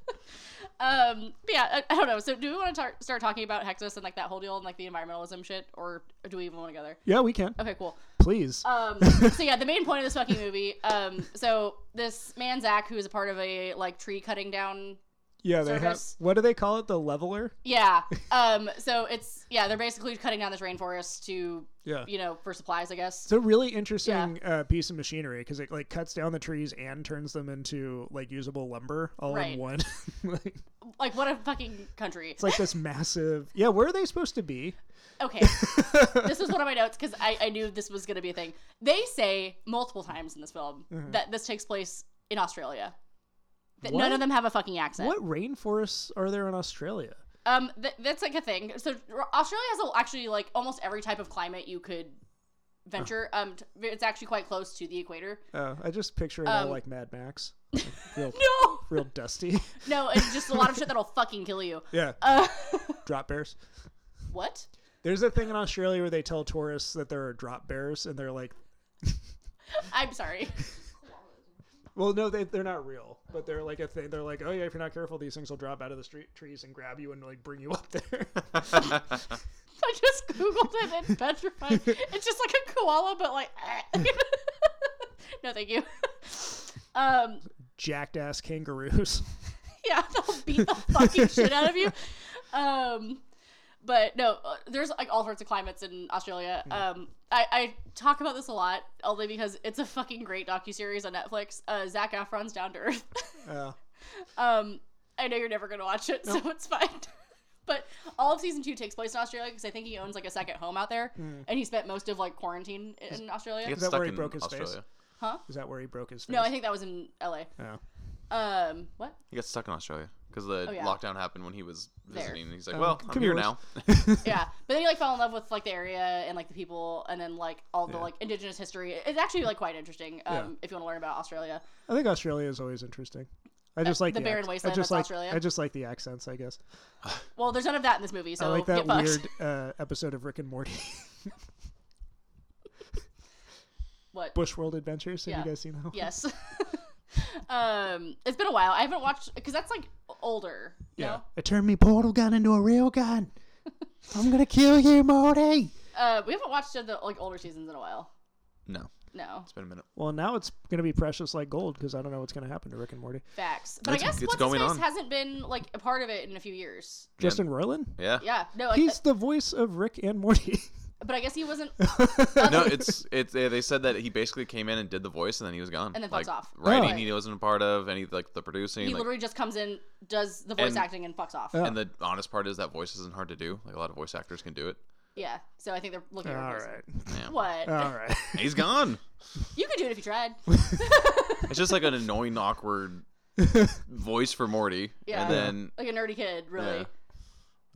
A: Um, but yeah, I, I don't know. So, do we want to tar- start talking about Hexus and like that whole deal and like the environmentalism shit, or do we even want to go there?
B: yeah, we can.
A: Okay, cool.
B: Please.
A: Um, so yeah, the main point of this fucking movie. Um, so this man Zach, who is a part of a like tree cutting down.
B: yeah, they have.
A: service.
B: What do they call it? The leveler?
A: Yeah. Um. So it's yeah, they're basically cutting down this rainforest to
B: Yeah.
A: you know for supplies, I guess.
B: It's a really interesting uh, piece of machinery because it like cuts down the trees and turns them into like usable lumber all
A: Right.
B: in one. <laughs> like,
A: Like what a fucking country.
B: it's like this massive. Yeah, where are they supposed to be? <laughs>
A: Okay. this was one of my notes because I, I knew this was going to be a thing. They say multiple times in this film that this takes place in Australia. That none
B: Mm-hmm. What?
A: of them have a fucking accent.
B: What rainforests are there in Australia?
A: Um, th- that's like a thing. So r- Australia has a, actually like almost every type of climate you could venture. Um, t- it's actually quite close to the equator.
B: Oh, I just picture it all like Mad Max, Like, real,
A: Um, <laughs> No,
B: real dusty.
A: no, it's just a lot of shit that'll fucking kill you.
B: yeah,
A: Uh, <laughs>
B: drop bears.
A: what?
B: There's a thing in Australia where they tell tourists that there are drop bears, and they're like,
A: I'm sorry. <laughs>
B: well, no, they they're not real, but they're like a thing. They're like, oh yeah, if you're not careful, these things will drop out of the street trees and grab you and like bring you up there.
A: <laughs>
B: <laughs>
C: <laughs>
A: I just googled it and petrified. It's just like a koala, but like. <laughs> eh. no, thank you. <laughs> Um,
B: Jacked ass kangaroos. <laughs>
A: yeah, <laughs> they'll beat the fucking shit out of you. Um, but no, uh, there's like all sorts of climates in Australia. Um, I, I talk about this a lot, only because it's a fucking great docu series on Netflix. Uh, Zach Efron's Down to Earth. <laughs>
B: Uh,
A: um, I know you're never gonna watch it, so it's fine. <laughs> But all of season two takes place in Australia because I think he owns like a second home out there, and he spent most of like quarantine in Australia.
C: He gets
B: that
C: stuck
B: where he
C: in
B: broke his face?
C: Australia.
A: Huh?
B: Is that where he broke his face?
A: No, I think that was in L.A.
B: Oh.
A: Um, what?
C: He got stuck in Australia because the
A: Oh, yeah.
C: lockdown happened when he was
A: There.
C: visiting. and He's like,
B: Um,
C: well,
B: could
C: I'm
B: be
C: here
B: worse.
C: now.
B: <laughs>
A: yeah, but then he like fell in love with like the area and like the people, and then like all the
B: Yeah.
A: like indigenous history. It's actually like quite interesting. Um,
B: Yeah.
A: if you want to learn about Australia,
B: I think Australia is always interesting. I just like
A: Uh, the barren
B: acc-
A: wasteland
B: I just
A: that's
B: like,
A: Australia.
B: I just like the accents, I guess.
A: well, there's none of that in this movie, so
B: I like that
A: get fucked.
B: weird uh, episode of Rick and Morty, <laughs>
A: what?
B: Bush World Adventures. Have
A: Yeah.
B: you guys seen that? one?
A: Yes. <laughs> um, it's been a while. I haven't watched because that's like older.
B: Yeah.
A: Yeah.
B: I turned me portal gun into a real gun. I'm gonna kill you, Morty.
A: Uh, we haven't watched the like older seasons in a while.
C: no,
A: No
C: it's been a minute.
B: Well, now it's gonna be precious like gold because I don't know what's gonna happen to Rick and Morty.
A: facts, but I
C: It's-
A: guess
C: it's
A: what's
C: going
A: his
C: on.
A: face hasn't been like a part of it in a few years.
B: Justin Roiland.
C: Yeah.
A: Yeah. No. Like,
B: He's the voice of Rick and Morty.
A: but I guess he
B: <laughs>
A: wasn't.
C: No, it's it's they they said that he basically came in and did the voice and then he was gone.
A: And then
C: like,
A: fucks off.
C: Writing
A: Oh.
C: he wasn't a part of any like the producing.
A: He
C: like-
A: literally just comes in, does the voice
C: And-
A: acting, and fucks off.
B: Yeah.
C: and the honest part is that voice isn't hard to do. Like a lot of voice actors can do it.
A: Yeah. So I think they're looking.
B: All
A: at her voice.
B: right.
C: Yeah.
A: What?
B: All right. <laughs>
C: And He's gone.
A: you could do it if you tried.
C: It's just like an annoying,
B: <laughs>
C: awkward voice for Morty.
A: Yeah.
C: And then
A: like a nerdy kid, really.
C: Yeah.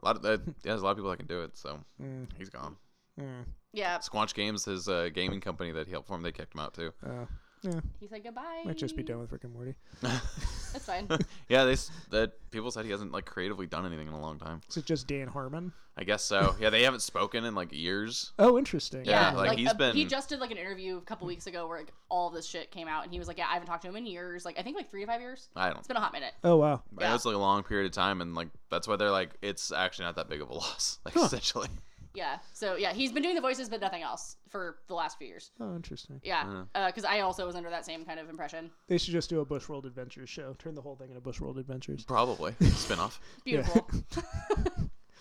C: a lot of uh, yeah, there's a lot of people that can do it. So
B: Mm,
C: he's gone.
B: mm,
A: Yeah.
C: Squanch Games, his uh, gaming company that he helped form, they kicked him out too. <laughs>
B: uh, yeah,
A: He said goodbye.
B: might just be done with Rick and Morty.
A: That's
B: <laughs>
A: fine.
C: Yeah, they s- that people said he hasn't like creatively done anything in a long time.
B: Is it just Dan Harmon?
C: I guess so. Yeah, they haven't spoken in like years.
B: Oh, interesting.
A: Yeah,
C: Yeah,
A: like,
C: like, he's
A: uh, he
C: been-
A: just did like an interview a couple weeks ago where like all this shit came out, and he was like, "Yeah, I haven't talked to him in years. Like I think like three to five years.
C: I don't.
A: It's been a hot minute."
B: Oh wow.
C: I
A: Yeah.
C: know it's like a long period of time, and like that's why they're like it's actually not that big of a <laughs> loss. Like essentially,
A: Yeah. So yeah, he's been doing the voices, but nothing else for the last few years.
B: Oh, interesting.
C: Uh-huh.
A: Yeah, because I also was under that same kind of impression.
B: They should just do a Bush World Adventures show. Turn the whole thing into Bush World Adventures. <laughs>
C: probably spinoff.
A: Beautiful. <laughs>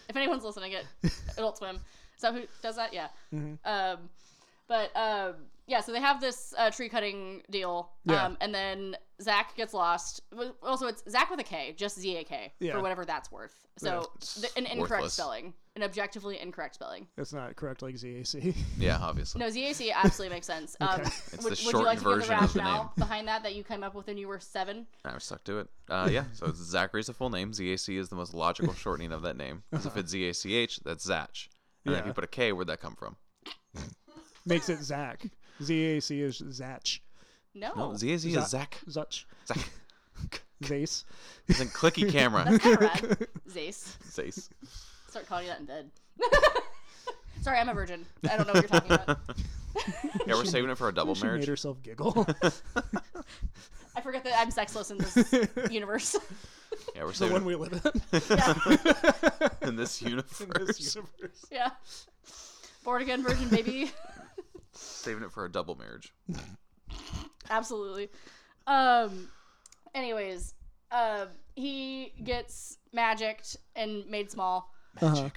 A: if anyone's listening, it Adult Swim. Is that who does that? Yeah.
B: Mm-hmm.
A: Um, but um, yeah, so they have this uh, tree cutting deal,
B: Yeah.
A: um, and then Zach gets lost. Well, Also, it's Zach with a K, just Z A K
B: Yeah.
A: for whatever that's worth.
B: Yeah.
A: So th- an incorrect
C: Worthless.
A: spelling, an objectively incorrect spelling.
B: That's not correct, like ZAC.
C: Yeah, obviously.
A: No, Z A C absolutely makes sense. Um,
C: It's
A: would,
C: the
A: would you like to
C: shortened
A: give the
C: version of the
A: rationale
C: name.
A: behind that that you came up with when you were seven?
C: I was stuck to it. Uh, yeah, so it's Zachary's the full name. ZAC is the most logical shortening of that name. 'Cause If it's ZACH, that's Zach. And then if
B: Uh-huh. Yeah.
C: you put a K, where'd that come from?
B: <laughs> Makes it Zach. ZAC is Zatch.
A: No,
C: No, ZAC
B: Zac-
C: is Zach.
B: Zuch.
C: Zach.
B: Zace.
C: It's in clicky
B: <laughs>
C: camera.
A: that's kind of
C: <laughs>
A: rad. Zace.
C: Zace.
A: Start calling you that in bed. <laughs> Sorry, I'm a virgin. I don't know what you're talking about.
C: Yeah, we're saving it for a double
B: She made
C: marriage.
B: herself giggle. <laughs>
A: I forget that I'm sexless in this universe. <laughs>
C: Yeah, we're
B: the
C: saving
B: one
C: it
B: we live in.
A: yeah,
C: in this universe.
B: <laughs> in this universe.
A: yeah. Born again virgin baby. <laughs>
C: Saving it for a double marriage.
A: Absolutely. Um. Anyways, um, he gets magicked and made small.
B: Uh-huh.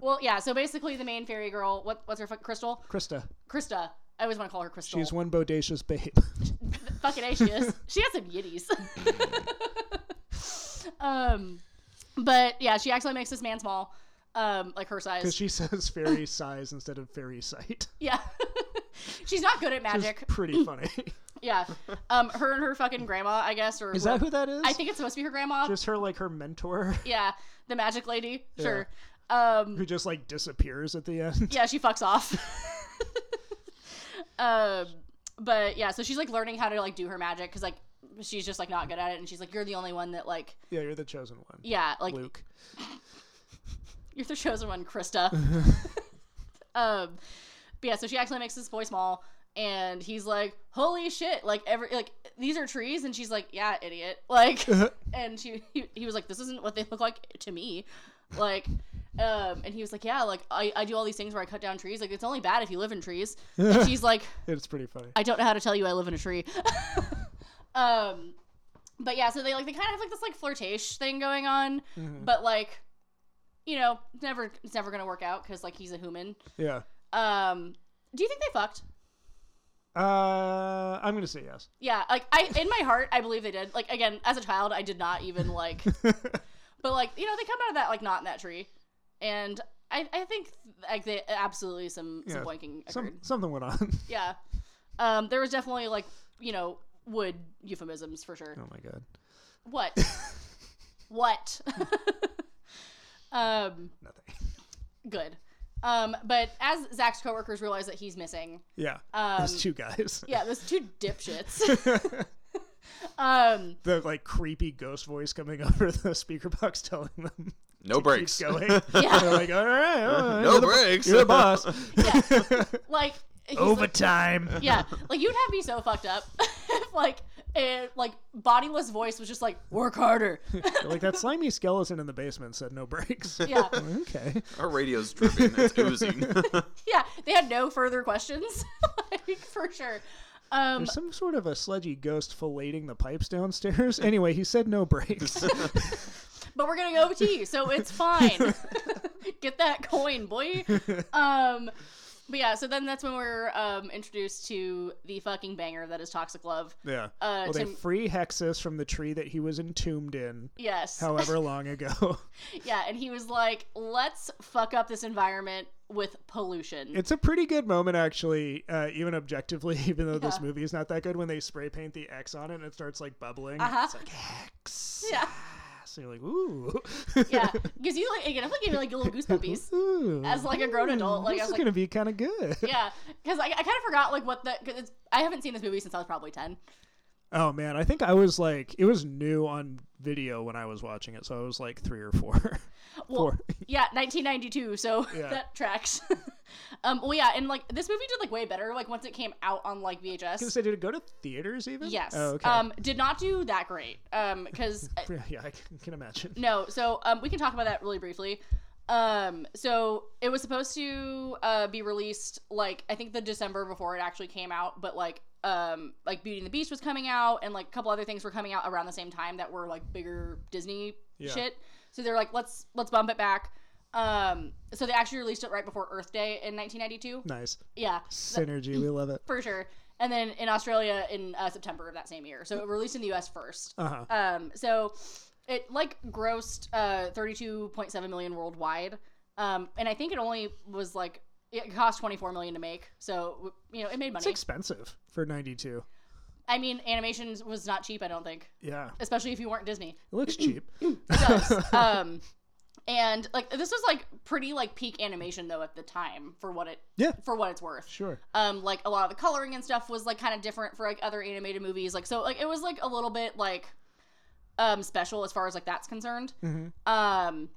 A: Well, yeah. So basically, the main fairy girl. What? What's her fuck? Crystal.
B: Krista.
A: Krista. I always want to call her Crystal.
B: She's one bodacious babe. <laughs>
A: Fucking A, she is. She has some yiddies. um, but yeah, she actually makes this man small, um, like her
B: Because
A: size.
B: she says fairy size instead of fairy sight. <laughs>
A: yeah, <laughs> she's not good at
B: It's
A: magic.
B: pretty funny.
A: Yeah, um, her and her fucking grandma, I guess, or
B: Is that
A: whoever-
B: who that is?
A: I think it's supposed to be her grandma.
B: Just her, like her mentor, <laughs>
A: yeah, the magic lady. Sure. Um,
B: who just like disappears at
A: <laughs>
B: the end.
A: yeah, she fucks off. um, but yeah, so she's like learning how to like do her magic because like she's just like not good at it, and she's like, "You're the only one that like,
B: Yeah, you're the chosen one.
A: yeah, like
B: Luke.
A: You're the chosen one, Krista. um, but yeah, so she actually makes this boy small, and he's like, "Holy shit!" Like every like these are trees, and she's like, "Yeah, idiot." <laughs> Like, and she he, he was like, "This isn't what they look like to me." Like, um, and he was like, "Yeah, like I I do all these things where I cut down trees. Like it's only bad if you live in trees." And she's like,
B: <laughs> It's pretty funny.
A: I don't know how to tell you I live in a tree. <laughs> um but yeah, so they like they kind of have like this like flirtation thing going on,
B: Mm-hmm.
A: but like you know, it's never it's never going to work out cuz like he's a human.
B: Yeah.
A: Um do you think they fucked?
B: Uh, I'm gonna say yes. <laughs>
A: Yeah, like I in my heart I believe they did. Like again, as a child I did not even like But like, you know, they come out of that like not in that tree, and I, I think like they absolutely some some
B: Yeah.
A: boinking occurred.
B: Some, something went on. <laughs>
A: Yeah, um, there was definitely like you know wood euphemisms for sure.
B: oh my god.
A: What? what? <laughs> um,
B: Nothing. <laughs>
A: good. Um, but as Zach's coworkers realize that he's missing,
B: Yeah.
A: um,
B: Those two guys.
A: yeah, those two dipshits. <laughs> um,
B: the like creepy ghost voice coming <laughs> over the speaker box telling them
C: No Oh, breaks.
B: keep going. They're like, all right, all right,
C: <laughs> No
B: you're the-
C: breaks.
B: you're the boss.
A: yeah, like he's like-
B: Overtime.
A: yeah, like you'd have me so fucked up. <laughs> if, like, a like bodiless voice was just like, work harder. <laughs>
B: They're like that slimy skeleton in the basement said no breaks.
A: Yeah,
B: <laughs> okay.
C: <laughs> Our radio's dripping. It's
B: <laughs>
C: oozing. <laughs>
A: yeah. They had no further questions, <laughs> like for sure. Um,
B: There's some sort of a sludgy ghost filleting the pipes downstairs. <laughs> Anyway, he said no
C: <laughs>
B: breaks.
A: but we're getting OT, so it's fine. <laughs> Get that coin, boy. Um, but yeah, so then that's when we're um, introduced to the fucking banger that is Toxic Love.
B: yeah.
A: Uh,
B: well, they
A: Tim-
B: free Hexus from the tree that he was
A: <laughs>
B: entombed in
A: Yes.
B: however long ago.
A: yeah, and he was like, let's fuck up this environment with pollution.
B: It's a pretty good moment, actually, uh, even objectively, <laughs> even though this
A: Yeah.
B: movie is not that good, when they spray paint the X on it and it starts like bubbling.
A: Uh-huh.
B: It's like X.
A: Yeah.
B: <laughs> So you're like, ooh.
A: <laughs> yeah, because you like again, I feel like you like little goosebumpies.
B: <laughs> ooh.
A: As, like, a grown adult, like,
B: this
A: I was
B: is
A: like-
B: going to be kind of good.
A: Yeah, because I, I kind of forgot like what the cause it's, I haven't seen this movie since I was probably ten.
B: <laughs> Oh, man. I think I was like, it was new on video when I was watching it. So I was like three or four. <laughs>
A: Well,
B: Four.
A: <laughs> yeah, 1992, so <laughs>
B: Yeah.
A: that tracks. um, well, yeah, and like this movie did like way better. Like once it came out on like
B: I was
A: VHS.
B: gonna say, did it go to theaters even?
A: Yes.
B: Oh, okay.
A: Um, did not do that great. Um, because
B: <laughs> yeah, I can,
A: <laughs>
B: can imagine.
A: No, so um, we can talk about that really briefly. Um, so it was supposed to uh, be released like I think the December before it actually came out, but like um, like Beauty and the Beast was coming out, and like a couple other things were coming out around the same time that were like bigger Disney
B: Yeah.
A: shit. So they're like, let's let's bump it back. Um, so they actually released it right before Earth Day in 1992.
B: Nice.
A: Yeah,
B: Synergy. We love it.
A: for sure. And then in Australia in uh, September of that same year. So it released in the U.S. first.
B: Uh huh.
A: Um, so it like grossed uh 32.7 million worldwide. Um, and I think it only was like it cost 24 million to make. So you know, it made
B: It's
A: money.
B: expensive for 92.
A: I mean, animations was not cheap, I don't think,
B: Yeah.
A: especially if you weren't Disney. <clears throat>
B: It looks cheap.
A: It does. um and like this was like pretty like peak animation though at the time for what it
B: Yeah.
A: for what it's worth.
B: Sure.
A: um like a lot of the coloring and stuff was like kind of different for like other animated movies like so like it was like a little bit like um special as far as like that's concerned
B: Mhm.
A: um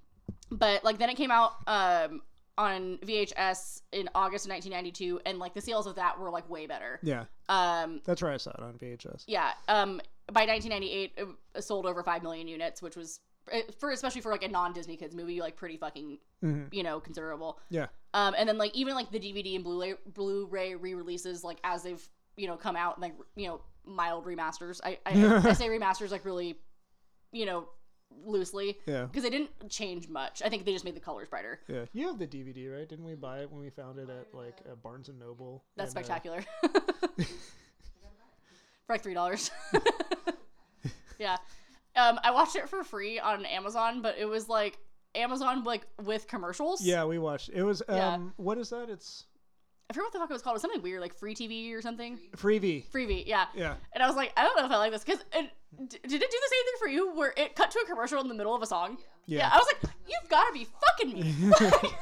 A: but like then it came out um on VHS in August of 1992 and like the sales of that were like way better
B: Yeah.
A: um
B: That's where I saw it on VHS.
A: yeah um by 1998 it w- sold over 5 million units which was it- for especially for like a non Disney kids movie like pretty fucking
B: hmm
A: you know considerable
B: Yeah.
A: um, and then like even like the DVD and Blu-ray Blu-ray re-releases like as they've you know come out like you know mild remasters. I
B: <laughs>
A: I, I say remasters like really you know loosely
B: Yeah.
A: because they didn't change much. I think they just made the colors brighter.
B: Yeah. You have the DVD, right? Didn't we buy it when we found it at like uh, Barnes and Noble?
A: That's
B: And, uh, <laughs>
A: spectacular. for like three dollars. <laughs> yeah, um, I watched it for free on Amazon, but it was like Amazon like with commercials.
B: yeah, we watched. It was um
A: Yeah.
B: what is that? It's
A: I forget what the fuck it was called. It was something weird like free TV or something.
B: Freebie.
A: Freebie, yeah.
B: Yeah.
A: And I was like, I don't know if I like this because did it do the same thing for you where it cut to a commercial in the middle of a song?
B: Yeah.
A: I was like, you've got to be fucking me. Like,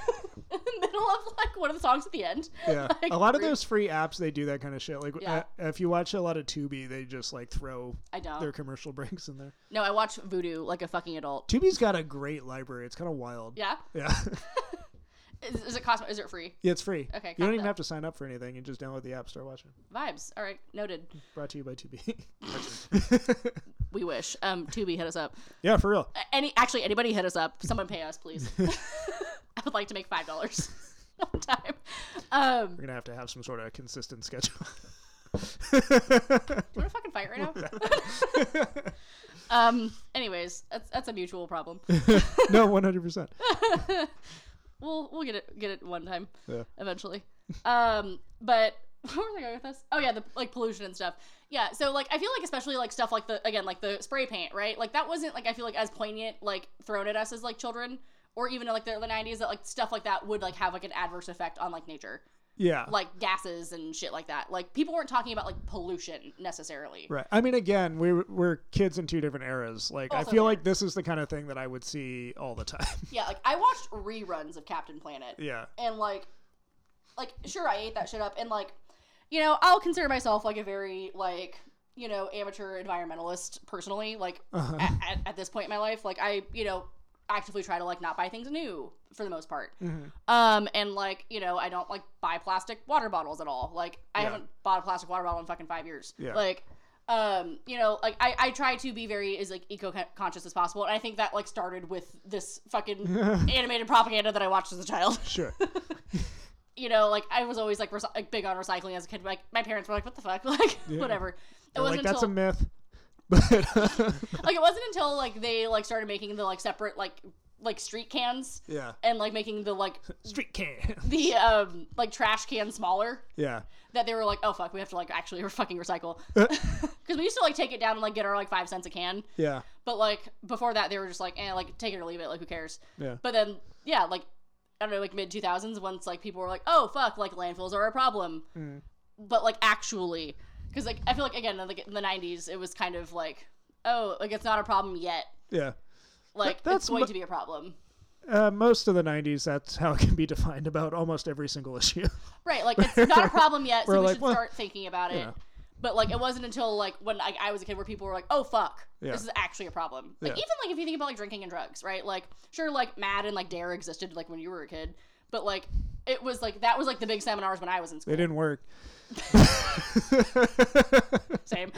A: in the middle of like one of the songs at the end.
B: Yeah.
A: <laughs> Like,
B: a lot of
A: rude.
B: those free apps they do that kind of shit. Like
A: Yeah.
B: uh, if you watch a lot of Tubi, they just like throw
A: I don't.
B: their commercial <laughs> breaks in there.
A: No, I watch Voodoo like a fucking adult.
B: Tubi's got a great library. It's kind of wild.
A: Yeah.
B: <laughs> Yeah.
A: Is, is it Cosmo? Is it free?
B: yeah, it's free.
A: Okay,
B: You don't
A: got
B: even
A: that.
B: have to sign up for anything. You just download the app, start watching.
A: Vibes. All right, noted.
B: Brought to you by
A: <laughs>
B: Tubi. <laughs>
A: We wish. Um, Tubi hit us up.
B: yeah, for real.
A: A- Any actually anybody hit us up. Someone pay us, please. <laughs> I would like to make five dollars <laughs> one time. Um,
B: We're gonna have to have some sort of consistent schedule.
A: Do you want to fucking fight right now? <laughs> um. Anyways, that's that's a mutual problem.
B: <laughs> no, one hundred percent.
A: We'll we'll get it get it one time
B: Yeah.
A: eventually. Um. But <laughs> Where was I going with this? Oh yeah, the like pollution and stuff. Yeah, so like I feel like especially like stuff like the again like the spray paint, right? Like that wasn't like I feel like as poignant like thrown at us as like children or even like the, the 90s that like stuff like that would like have like an adverse effect on like nature.
B: Yeah.
A: Like gases and shit like that. Like people weren't talking about like pollution necessarily.
B: Right. I mean, again, we were- we're kids in two different eras. Like, I
A: Also
B: feel
A: fair.
B: like this is the kind of thing that I would see all the time. <laughs>
A: Yeah, like I watched reruns of Captain Planet.
B: yeah.
A: and like like sure i ate that shit up and like you know i'll consider myself like a very like you know amateur environmentalist personally like
B: Uh-huh.
A: at, at, at this point in my life like i you know actively try to like not buy things new for the most part
B: Mhm.
A: um and like you know i don't like buy plastic water bottles at all like i
B: Yeah.
A: haven't bought a plastic water bottle in fucking five years
B: Yeah.
A: like um you know like i i try to be very as like eco-conscious as possible and i think that like started with this
B: <laughs>
A: fucking animated propaganda that i watched as a child
B: sure.
A: you know, like I was always like, recy- like big on recycling as a kid. Like my parents were like, "What the fuck?" <laughs> Like
B: Yeah.
A: whatever. It
B: They're
A: wasn't
B: like that's
A: until
B: a myth. <laughs> But
A: like it wasn't until like they like started making the like separate like like street cans
B: <laughs> <laughs> yeah.
A: and like making the like
B: Street <laughs> can.
A: the um like trash can smaller
B: Yeah.
A: that they were like, "Oh fuck, we have to like actually <laughs> fucking
B: <laughs>
A: recycle." Because we used to like take it down and like get our like five cents a can,
B: Yeah.
A: but like before that they were just like, "Eh, like take it or leave it. Like who cares?"
B: Yeah.
A: But then, yeah, like I don't know, like mid two thousands, once like people were like, "Oh fuck, like landfills are a problem,"
B: Mm.
A: but like actually, because like I feel like again, in the- in the nineties, it was kind of like, "Oh, like it's not a problem yet.
B: Yeah.
A: Like
B: that's
A: it's going
B: mu-
A: to be a problem."
B: Uh, most of the 90s, that's how it can be defined about almost every single <laughs> issue.
A: Right, like
B: <laughs>
A: it's not a problem yet,
B: We're
A: so we
B: like,
A: should
B: "Well,
A: start thinking about it.
B: yeah.
A: But like, it wasn't until like when I, I was a kid where people were like, "Oh fuck,
B: Yeah.
A: this is actually a problem." Like
B: Yeah.
A: even like if you think about like drinking and drugs, right? Like sure, like Mad and like Dare existed like when you were a kid, but like it was like that was like the big seminars when I was in
B: They
A: school.
B: didn't <laughs> work. <laughs>
A: Same.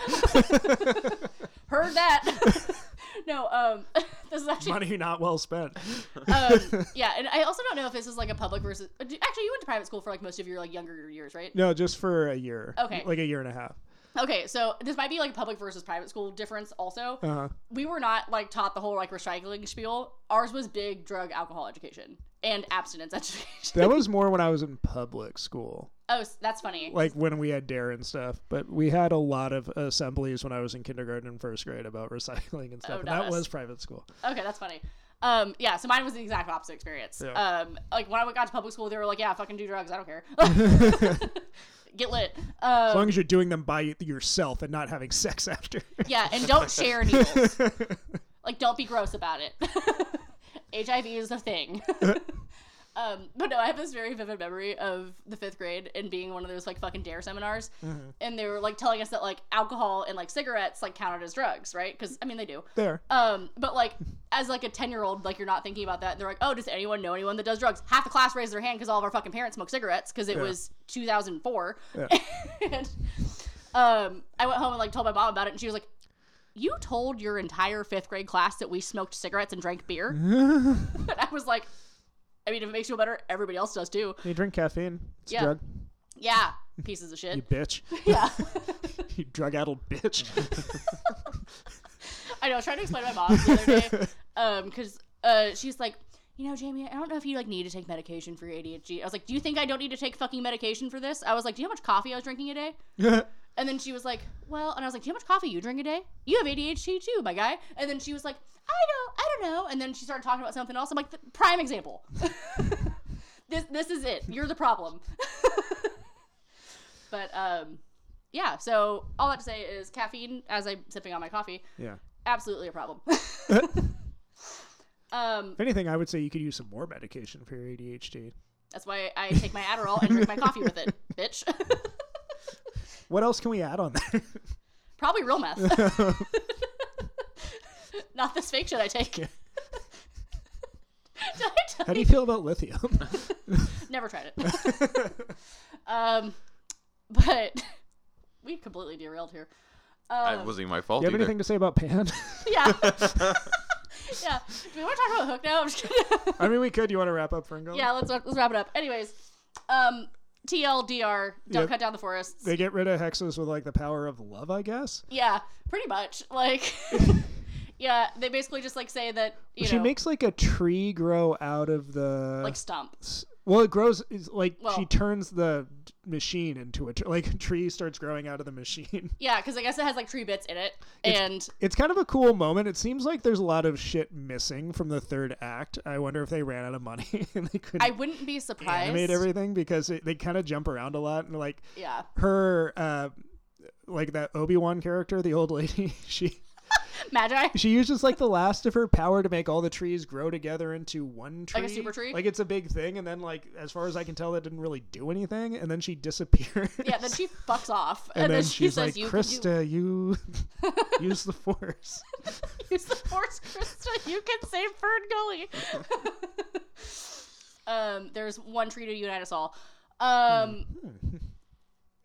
A: Heard that. <laughs> no, um, <laughs> this is actually
B: Money not well spent. <laughs>
A: um, yeah, and I also don't know if this is like a public versus. uh, Actually, you went to private school for like most of your like younger years, right?
B: No, just for a year.
A: Okay.
B: Like a year and a half.
A: Okay, so this might be like public versus private school difference also.
B: Uh-huh.
A: we were not like taught the whole like recycling spiel. Ours was big drug alcohol education and abstinence <laughs> education.
B: That was more when I was in public school,
A: oh, s- that's funny.
B: like when we had dare and stuff. But we had a lot of assemblies when I was in kindergarten and first grade about <laughs> recycling and stuff.
A: Oh,
B: and
A: not
B: that
A: us.
B: was private school.
A: Okay, that's funny. Um, yeah, so mine was the exact opposite experience.
B: Yeah.
A: Um, like when I got to public school, they were like, "Yeah, fucking do drugs. I don't care. <laughs> Get lit." Um,
B: As long as you're doing them by yourself and not having <laughs> sex after.
A: yeah, and don't share needles. like, don't be gross about it. <laughs> HIV is a thing. <laughs> um, but no, I have this very vivid memory of the fifth grade and being one of those like fucking dare seminars, and they were like telling us that like alcohol and like cigarettes like counted as drugs, right? Because I mean they do.
B: there. <laughs>
A: Um, but like as like a ten year old, like you're not thinking about that. And they're like, oh, does anyone know anyone that does drugs? Half the class raised their hand because all of our fucking parents smoked cigarettes because it
B: Yeah.
A: was 2004.
B: Yeah.
A: <laughs> and um, I went home and like told my mom about it, and she was like, "You told your entire fifth grade class that we smoked cigarettes and drank beer?" <laughs>
B: Mm-hmm.
A: and I was like, "I mean, if it makes you feel better, everybody else does too."
B: You drink caffeine. It's
A: Yeah.
B: a drug.
A: Yeah, pieces of
B: You
A: shit.
B: bitch.
A: <laughs> yeah,
B: <laughs> you drug-addled bitch.
A: <laughs> I know. I was trying to explain to my mom the other day because uh, she's like. You know, Jamie, I don't know if you like need to take medication for your ADHD. I was like, "Do you think I don't need to take fucking medication for this?" I was like, "Do you know how much coffee I was drinking a day?" And then she was like, "Well," and I was like, "Do you know how much coffee you drink a day? You have ADHD too, my guy." And then she was like, "I don't, I don't know." And then she started talking about something else. I'm like, "The "Prime example. <laughs> this, this is it. You're the problem." <laughs> but um, yeah. So all that to say is caffeine, as I'm sipping on my coffee,
B: yeah.
A: absolutely a
B: <laughs>
A: problem. <laughs> um,
B: If anything, I would say you could use some more medication for your ADHD.
A: that's why I take my Adderall and drink my coffee with it, <laughs> bitch.
B: What else can we add on there? <laughs>
A: Probably real meth. <laughs> Not this fake shit I take. <laughs> Did I tell
B: How
A: <laughs>
B: do
A: you?
B: you feel about lithium?
A: Never tried it.
B: <laughs>
A: <laughs> um, but <laughs> we completely derailed here.
C: I
A: Um,
C: wasn't even my fault.
B: you have
C: either.
B: anything to say about pan?
A: yeah. <laughs> yeah. Do we want to talk about Hook now? I'm just kidding. <laughs>
B: I mean, we could. You want to wrap up, Fringo?
A: yeah, let's, let's wrap it up. Anyways, um, TLDR, don't
B: Yep.
A: cut down the forests.
B: They get rid of hexes with like the power of love, I guess.
A: yeah, pretty much. <laughs> Like, yeah, they basically just like say that, you
B: she
A: know,
B: makes uh, like a tree grow out of the.
A: like stump.
B: well, it grows. Is, like
A: Well-
B: she turns the machine into a tr- like <laughs> a tree starts growing out of the machine. <laughs>
A: Yeah, because I guess it has like tree bits in it, and
B: It's kind of a cool moment. It seems like there's a lot of shit missing from the third act. I wonder if they ran out of money <laughs> and they couldn't
A: I wouldn't be surprised.
B: animate everything because it, they kind of jump around a lot and like
A: Yeah,
B: her uh like that Obi-Wan character, the old lady, <laughs> she <laughs>
A: Magi.
B: she uses like the last of her power to make all the trees grow together into one tree.
A: Like a super tree?
B: Like it's a big thing and then like as far as I can tell that didn't really do anything and then she disappears.
A: Yeah, then she fucks off,
B: <laughs> and, then,
A: she
B: she's
A: says,
B: like,
A: "You can <laughs>
B: Krista, you use the force.
A: do- <laughs> use the force, Krista. You can save Fern Gully." <laughs> um, there's one tree to unite us all. Um, I
B: Hmm. <laughs>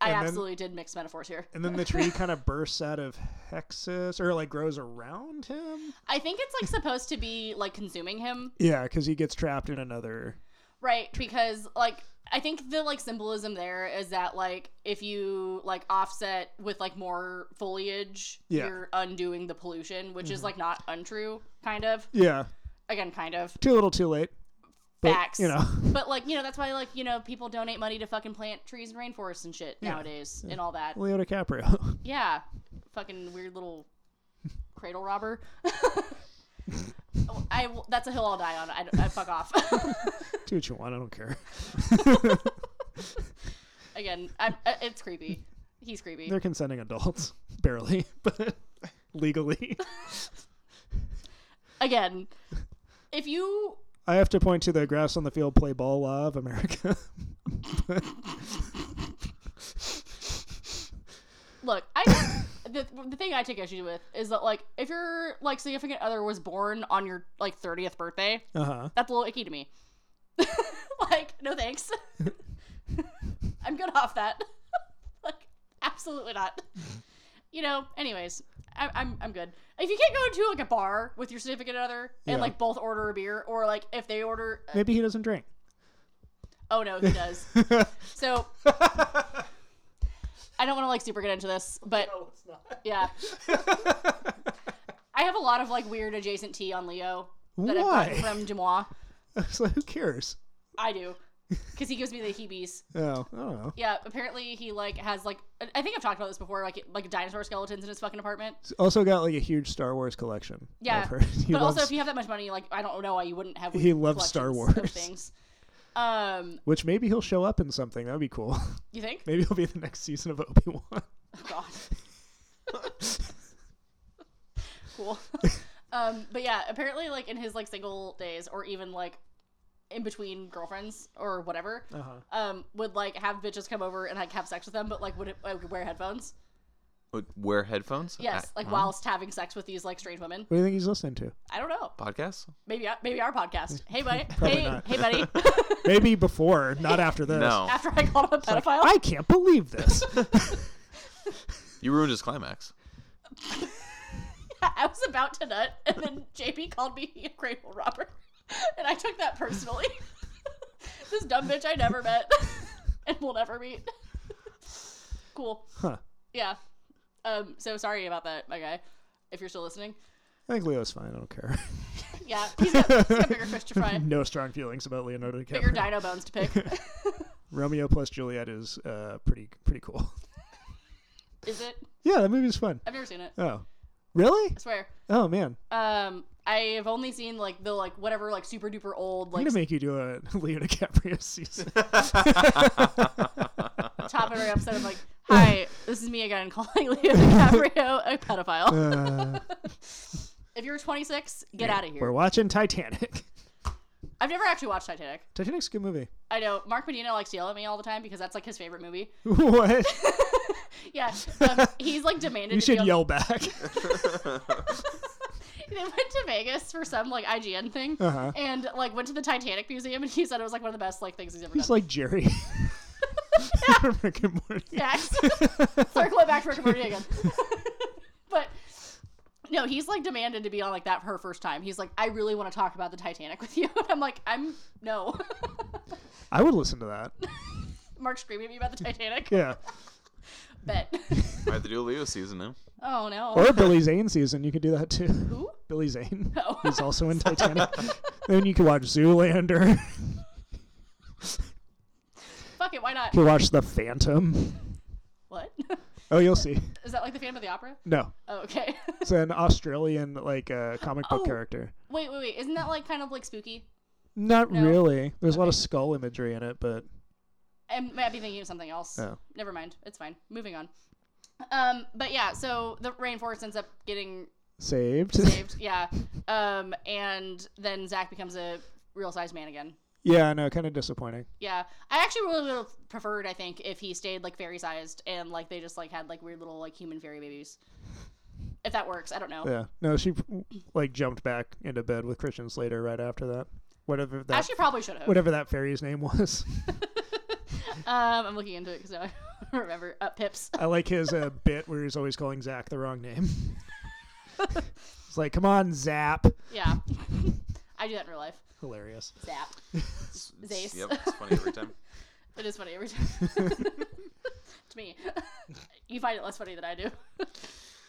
B: And then-
A: absolutely did mix metaphors here.
B: And then the tree kind of bursts out of Hexus or like grows around him.
A: I think it's like supposed to be like consuming him,
B: Yeah, because he gets trapped in another.
A: right? Because like I think the like symbolism there is that like if you like offset with like more foliage,
B: Yeah.
A: you're undoing the pollution, which is like not untrue, kind of.
B: Yeah,
A: Again, kind of.
B: too little, too late. But,
A: Facts.
B: You know, <laughs>
A: But like you know, that's why like you know people donate money to fucking plant trees and rainforests and shit nowadays and all that.
B: Leo DiCaprio.
A: Yeah, fucking weird little cradle robber. I that's a hill I'll die on. I, I fuck off.
B: <laughs>
A: <laughs>
B: Do what you want. I don't care.
A: Again, I, I- it's creepy. He's creepy.
B: They're consenting adults, <laughs> barely, but legally.
A: Again, if you
B: I have to point to the grass on the field play ball law of America. <laughs>
A: look, I the the thing I take issue with is that like if your like significant other was born on your like thirtieth birthday,
B: Uh huh.
A: that's a little icky to me. <laughs> like, no thanks. I'm good off that. <laughs> like, absolutely not. You know. Anyways, I, I'm I'm good. If you can't go into like a bar with your significant other and
B: Yeah.
A: like both order a beer, or like if they order,
B: Maybe he doesn't drink. <laughs>
A: oh no, he does. so I don't want to like super get into this, but
B: it's not.
A: yeah, I have a lot of like weird adjacent tea on Leo that I've
B: Why?
A: gotten from Demois.
B: so who cares?
A: I do, because he gives me the heebies.
B: Oh, I don't know.
A: Yeah, apparently he like has like I- I think I've talked about this before, like like dinosaur skeletons in his fucking apartment.
B: also got like a huge Star Wars collection.
A: Yeah,
B: I've heard. <laughs> He
A: but
B: loves,
A: also if you have that much money, like I don't know why you wouldn't have.
B: He loves Star
A: collections of
B: Wars.
A: things. Um,
B: which maybe he'll show up in something. That'd be cool. <laughs>
A: you think?
B: maybe he'll be the next season of Obi <laughs> Wan.
A: Oh, God. cool. um, but yeah, apparently like in his like single days or even like in between girlfriends or whatever,
B: Uh huh.
A: um, would like have bitches come over and like have sex with them, but like would it, like, wear headphones?
C: Would Wear headphones?
A: Yes,
C: I-
A: like
B: Mm-hmm.
C: huh?
A: whilst having sex with these like strange women.
B: What do you think he's listening to?
A: I don't know.
C: Podcasts?
A: Maybe maybe our podcast. Hey buddy.
B: Probably
A: hey
B: not.
A: hey
B: <laughs>
A: buddy.
B: Maybe before,
A: <laughs>
B: not after this.
C: No.
A: After I called him a
B: Like,
A: pedophile.
B: I can't
A: <laughs>
B: believe this. <laughs>
C: You ruined his climax.
A: I, was about to nut and then JP called me a cradle robber. And I took that personally. <laughs> this dumb bitch I never met <laughs> and will never meet. cool.
B: huh.
A: Yeah. Um so sorry about that, my guy. If you're still listening.
B: I think Leo's fine. I don't care.
A: Yeah. He's got, he's got bigger fish to
B: <laughs>
A: fry.
B: no strong feelings about Leonardo
A: Bigger
B: DiCaprio.
A: dino bones to pick.
B: Romeo plus Juliet is uh, pretty pretty cool. <laughs>
A: Is it?
B: Yeah, that movie's fun.
A: I've never seen it.
B: Oh, really?
A: I swear.
B: Oh man,
A: Um, I have only seen like the like whatever like super duper old
B: I'm
A: like
B: gonna make you do a <laughs> Leo DiCaprio season.
A: top every episode. I'm like, hi, this is me again <laughs> calling Leo DiCaprio a pedophile.
B: Uh,
A: If you're 26, <laughs> get out of
B: we're
A: here.
B: watching Titanic. <laughs>
A: I've never actually watched Titanic.
B: Titanic's a good movie. <laughs>
A: I know Mark Medina likes to yell at me all the time because that's like his favorite movie.
B: what?
A: Yeah,
B: <laughs>
A: um, he's like demanded.
B: You
A: to be
B: should
A: on-
B: yell back.
A: <laughs>
B: <laughs>
A: They went to Vegas for some like IGN thing,
B: Uh-huh.
A: and like went to the Titanic Museum, and he said it was like one of the best like things he's ever <laughs>
B: He's
A: done.
B: like Jerry. <laughs> from Rick and Morty.
A: Facts. <laughs> Circle it back for Morty again. <laughs> but no, he's like demanded to be on like that for her first time. He's like, I really want to talk about the Titanic with you. <laughs> And I'm like, I'm no.
B: <laughs>
A: <laughs>
B: I would listen to that.
A: Mark screaming at me about the Titanic.
B: Yeah.
A: Bet. <laughs>
C: I have to do a Leo season now.
A: oh no.
B: Or Billy Zane season. You could do that too. <laughs>
A: Who?
B: Billy Zane.
A: <laughs> Oh.
B: He's also in <laughs> Titanic. then you can watch Zoolander.
A: <laughs> Fuck fuck it, why not?
B: You watch The Phantom.
A: What? <laughs>
B: Oh, you'll see.
A: Is that like the Phantom of the Opera?
B: No,
A: Oh, okay. <laughs>
B: it's an Australian like uh, comic book
A: Oh.
B: character.
A: wait, wait, wait. Isn't that like kind of like spooky?
B: Not
A: No.
B: really. There's a lot
A: Okay.
B: of skull imagery in it, but
A: I might be thinking of something else.
B: Oh.
A: Never mind. It's fine. Moving on. Um, but yeah, so the rainforest ends up getting
B: saved.
A: saved. <laughs> yeah. Um, and then Zach becomes a real sized man again.
B: <laughs> yeah, no, kind of disappointing.
A: Yeah, I actually really would have preferred, I think, if he stayed like fairy sized and like they just like had like weird little like human fairy babies. If that works, I don't know.
B: Yeah, no, she like jumped back into bed with Christian Slater right after that. Whatever that,
A: Actually, probably should have.
B: whatever that fairy's name was. <laughs>
A: Um, I'm looking into it because now I <laughs> don't remember. Uh, Pips.
B: I like his uh, bit where he's always calling Zach the wrong
A: <laughs>
B: name. it's like, come on, Zap.
A: Yeah, I do that in real life.
B: Hilarious.
A: Zap.
C: It's-
A: Zace.
C: Yep, it's funny
A: <laughs>
C: every time.
A: It is funny every time. <laughs> to me, <laughs> you find it less funny than I do. <laughs>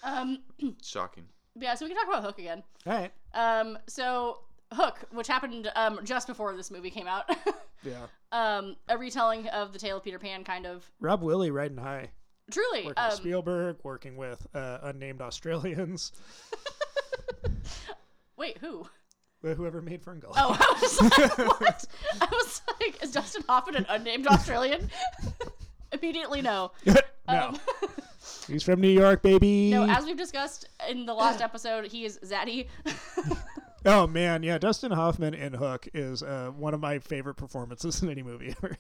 A: um, <laughs>
C: Shocking.
A: yeah, so we can talk about Hook again.
B: All right.
A: Um, so Hook, which happened um just before this movie came out. <laughs>
B: Yeah.
A: um, a retelling of the tale of Peter Pan, kind of.
B: Rob Willie riding high,
A: Truly,
B: working with
A: um,
B: Spielberg, working with uh, unnamed Australians, <laughs>
A: wait, who?
B: uh, whoever made Ferngully.
A: Oh, <laughs> I was like, what? I was like, is Dustin Hoffman an unnamed Australian? <laughs> Immediately, no.
B: <laughs> no,
A: Um, <laughs>
B: he's from New York, baby.
A: no, as we've discussed in the
B: <clears throat>
A: last episode, he is Zaddy. <laughs>
B: oh man, yeah, Dustin Hoffman in Hook is uh, one of my favorite performances <laughs> in any movie ever.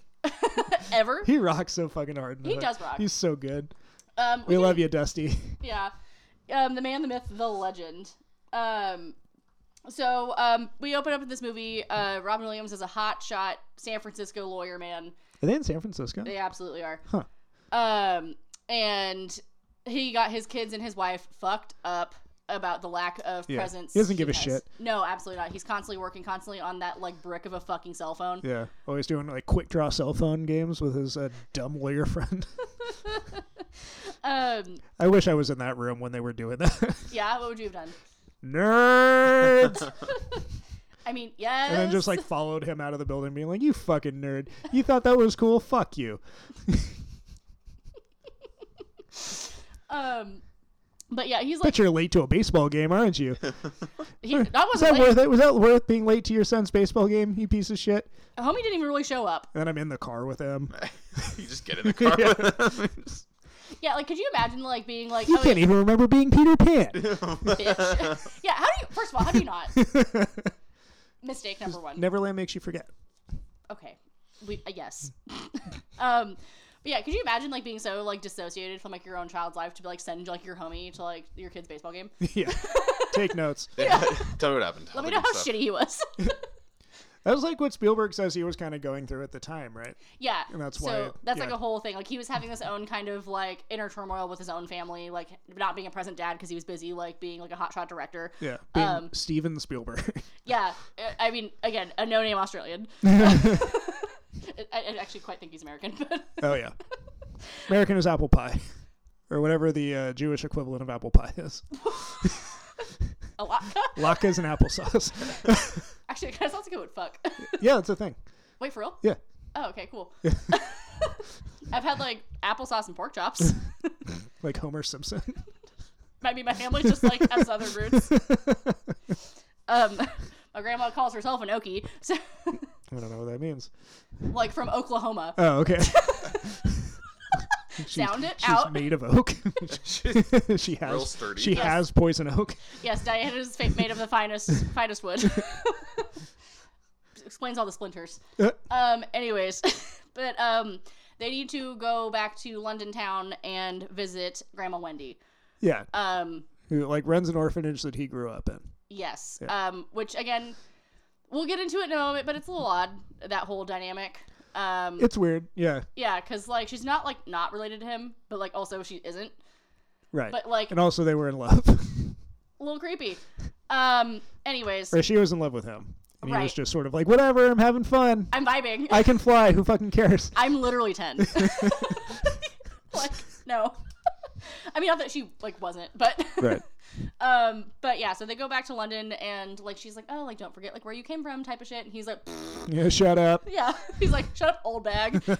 A: Ever.
B: he rocks so fucking hard. in
A: He
B: Hook.
A: does rock.
B: He's so good.
A: Um,
B: We love you, Dusty.
A: Yeah. Um, the man, the myth, the legend. Um, so um, we open up in this movie. Uh, Robin Williams is a hot shot San Francisco lawyer man.
B: Are they in San Francisco?
A: They absolutely are.
B: Huh.
A: Um, and he got his kids and his wife fucked up about the lack of
B: Yeah.
A: presence.
B: He doesn't give a
A: has.
B: shit.
A: No, absolutely not. He's constantly working, constantly on that like brick of a fucking cell phone.
B: Yeah, always doing like quick draw cell phone games with his uh, dumb lawyer friend. <laughs>
A: Um,
B: I wish I was in that room when they were doing that. <laughs>
A: yeah. What would you have done?
B: Nerds,
A: I mean, yes.
B: and then just like followed him out of the building, being like, "You fucking nerd! You thought that was cool? Fuck you!"
A: um, but yeah, he's like
B: Bet you're late to a baseball game,
A: <laughs>
B: aren't you? <laughs>
A: he. That
B: Was that
A: wasn't.
B: worth
A: Late.
B: it? Was that worth being late to your son's baseball game? You piece of shit!
A: Homie didn't even really show up.
B: And then I'm in the car with him.
C: you just get
B: <laughs>
C: in the car with them. You <laughs> just-
A: Yeah, like could you imagine like being like,
B: You
A: oh,
B: can't even remember being Peter <laughs> Pan.
A: yeah, bitch. <laughs> yeah, how do you? First of all, how do you
B: <laughs>
A: not? Mistake number one.
B: Neverland makes you forget.
A: okay we uh, yes <laughs> um but yeah could you imagine like being so like dissociated from like your own child's life to be like send like your homie to like your kid's baseball
B: <laughs>
A: game
B: <laughs>
A: <laughs>
B: yeah, take notes.
C: Tell me what happened. All
A: let me
C: the
A: know
C: good
A: how
C: stuff.
A: shitty he
B: <laughs>
A: was
B: That was like what Spielberg says he was kind of going through at the time, right?
A: yeah
B: And that's
A: so
B: why it-
A: that's
B: yeah.
A: like a whole thing like he was having this own kind of like inner turmoil with his own family like not being a present dad because he was busy like being like a hotshot director
B: Yeah, being
A: Um,
B: Steven Spielberg. <laughs>
A: yeah uh, i mean again a no-name australian <laughs> I, I actually quite think he's american but <laughs>
B: oh yeah, American is apple pie, or whatever the uh, Jewish equivalent of apple pie is.
A: a lot
B: Latke is an applesauce.
A: <laughs>
B: <laughs>
A: actually it kind of sounds like it would fuck <laughs>
B: yeah, that's a thing.
A: wait for real
B: Yeah,
A: Oh, okay,
B: <laughs>
A: cool. <laughs> I've had like applesauce and pork chops. <laughs>
B: like Homer Simpson.
A: Might be my family just like has southern roots. Um, <laughs> my grandma calls herself an Okie, so
B: <laughs>
A: <laughs>
B: I don't know what that means.
A: like from Oklahoma.
B: Oh, <laughs> okay. She's-
A: Sound it
B: she's
A: out.
B: made of oak. <laughs> she has.
C: Real sturdy.
B: She
C: Yes.
B: has poison oak.
A: Yes, Diana is fa- made of the
B: <laughs>
A: finest finest wood. <laughs> Explains all the splinters.
B: Uh,
A: Um, anyways, <laughs> but um, they need to go back to London town and visit Grandma Wendy.
B: yeah,
A: Um,
B: who like runs an orphanage that he grew up in.
A: Yes. Um, which again, we'll get into it in a moment, but it's a little odd that whole dynamic. Um,
B: It's weird. Yeah,
A: yeah, because like she's not like not related to him, but like also she isn't.
B: right.
A: But like
B: and also, they were in love, <laughs>
A: a little creepy. Um. Anyways,
B: or she was in love with him, and he was
A: Right.
B: just sort of like, whatever. I'm having fun.
A: I'm vibing. <laughs>
B: I can fly. Who fucking cares?
A: I'm literally ten. <laughs> like no. <laughs> I mean, not that she like wasn't, but <laughs>
B: Right.
A: um, but yeah. So they go back to London, and like she's like, oh, like don't forget like where you came from, type of shit, and <laughs> he's like,
B: Yeah, shut up.
A: yeah, he's like, shut up, old bag. <laughs>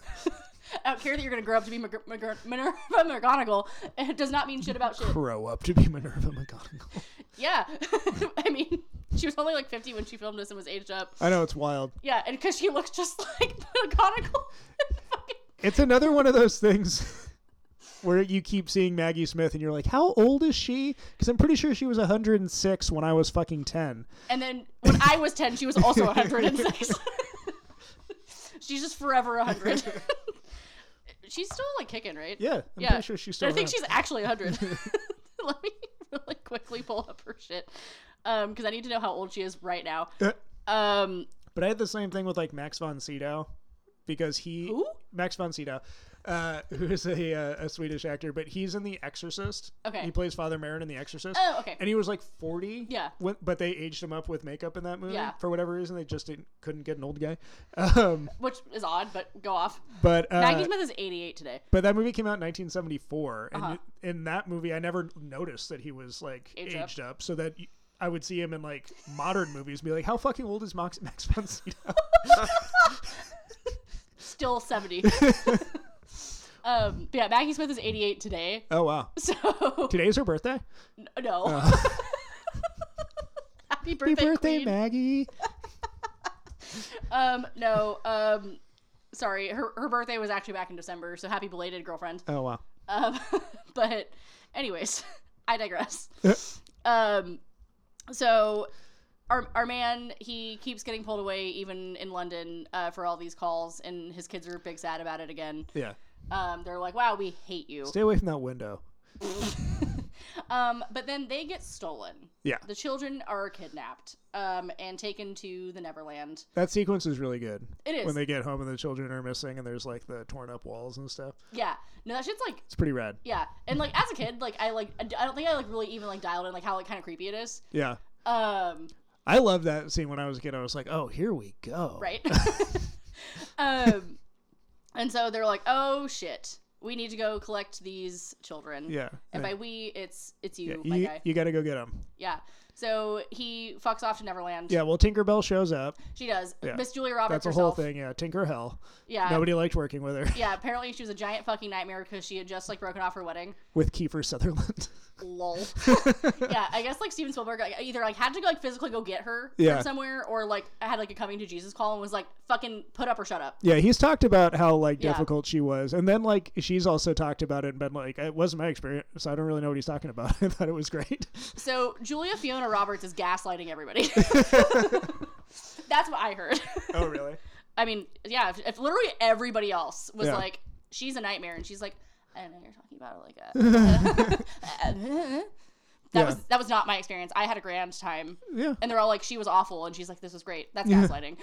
A: I don't care that you're going to grow up to be McG- McG- Minerva McGonagall. It does not mean shit about shit.
B: Grow up to be Minerva McGonagall.
A: Yeah. <laughs> I mean, she was only like 50 when she filmed this and was aged up.
B: I know it's wild.
A: Yeah, and because she looks just <laughs> like McGonagall. <laughs>
B: It's another one of those things <laughs> where you keep seeing Maggie Smith and you're like, how old is she? Because I'm pretty sure she was 106 when I was fucking 10.
A: And then when I was 10, she was also 106. <laughs> she's just forever 100. <laughs> she's still like kicking, right?
B: Yeah, I'm
A: Yeah.
B: pretty sure she's still.
A: I think
B: around.
A: she's actually 100. <laughs> Let me really quickly pull up her shit. Um, because I need to know how old she is right now.
B: Uh,
A: Um,
B: But I had the same thing with like Max von Sydow, because he
A: who?
B: Max von Sydow, uh, <laughs> who is a, uh, a Swedish actor, but he's in The Exorcist.
A: Okay.
B: He plays Father Marin in The Exorcist.
A: Oh, okay.
B: and he was like 40
A: Yeah.
B: when, but they aged him up with makeup in that movie
A: Yeah.
B: for whatever reason they just didn't, couldn't get an old guy <laughs> um,
A: Which is odd, but go off.
B: but
A: Maggie
B: uh,
A: Smith is 88 today.
B: but that movie came out in 1974 and
A: Uh-huh.
B: in that movie i never noticed that he was like
A: Aged
B: aged,
A: up.
B: up. so that y- i would see him in like modern movies and be like how fucking old is max, <laughs> max von sydow
A: Still
B: <laughs>
A: 70. um, but yeah, Maggie Smith is 88 today.
B: oh wow
A: So, <laughs>
B: today's her birthday
A: no. <laughs> Happy birthday,
B: uh. happy birthday
A: Queen.
B: maggie
A: Um, no, um, sorry, her, her birthday was actually back in December, so happy belated girlfriend.
B: <laughs> oh wow
A: Um, <laughs> but, anyways, <laughs> I
B: <laughs>
A: digress. Um, so our our man he keeps getting pulled away even in London uh, for all these calls, and his kids are big sad about it again.
B: yeah
A: Um, they're like, "Wow, we hate you."
B: stay away from that window
A: Um, but then they get stolen.
B: yeah
A: The children are kidnapped um, and taken to the Neverland.
B: that sequence is really good
A: It is.
B: when they get home and the children are missing and there's like the torn up walls and stuff
A: Yeah, no, that shit's like
B: it's pretty rad
A: yeah, and like as a kid, like I like I don't think I like really even like dialed in like how like kind of creepy it is.
B: yeah
A: Um,
B: I love that scene when I was a kid. I was like, oh, here we go.
A: right? <laughs> um, and so they're like, "Oh shit, we need to go collect these children."
B: Yeah.
A: And by
B: yeah.
A: we, it's it's you, my
B: you,
A: guy.
B: you got to go get him.
A: Yeah. So he fucks off to Neverland.
B: Yeah. Well, Tinkerbell shows up.
A: She does.
B: Yeah.
A: Miss Julia Roberts
B: That's a whole
A: herself.
B: thing. Yeah. Tinker Hell.
A: Yeah.
B: Nobody liked working with her <laughs>
A: Yeah. Apparently, she was a giant fucking nightmare because she had just like broken off her wedding.
B: with Kiefer Sutherland. <laughs>
A: Lol. yeah. I guess like Steven Spielberg like, either like had to like physically go get her
B: Yeah.
A: from somewhere, or like had like a coming to Jesus call and was like fucking put up or shut up.
B: yeah. He's talked about how like
A: Yeah.
B: difficult she was. And then like she's also talked about it and been like, it wasn't my experience. So I don't really know what he's talking about. <laughs> I thought it was great.
A: So Julia Fiona Roberts is gaslighting
B: <laughs>
A: everybody. That's what I heard.
B: oh, really?
A: I mean, yeah, if, if literally everybody else was
B: Yeah.
A: like, she's a nightmare, and she's like, I don't know, you're talking about
B: <laughs>
A: it like that. that
B: Yeah.
A: was that was not my experience. I had a grand time,
B: <laughs> Yeah.
A: and they're all like, she was awful, and she's like, this was great. That's
B: Yeah.
A: gaslighting.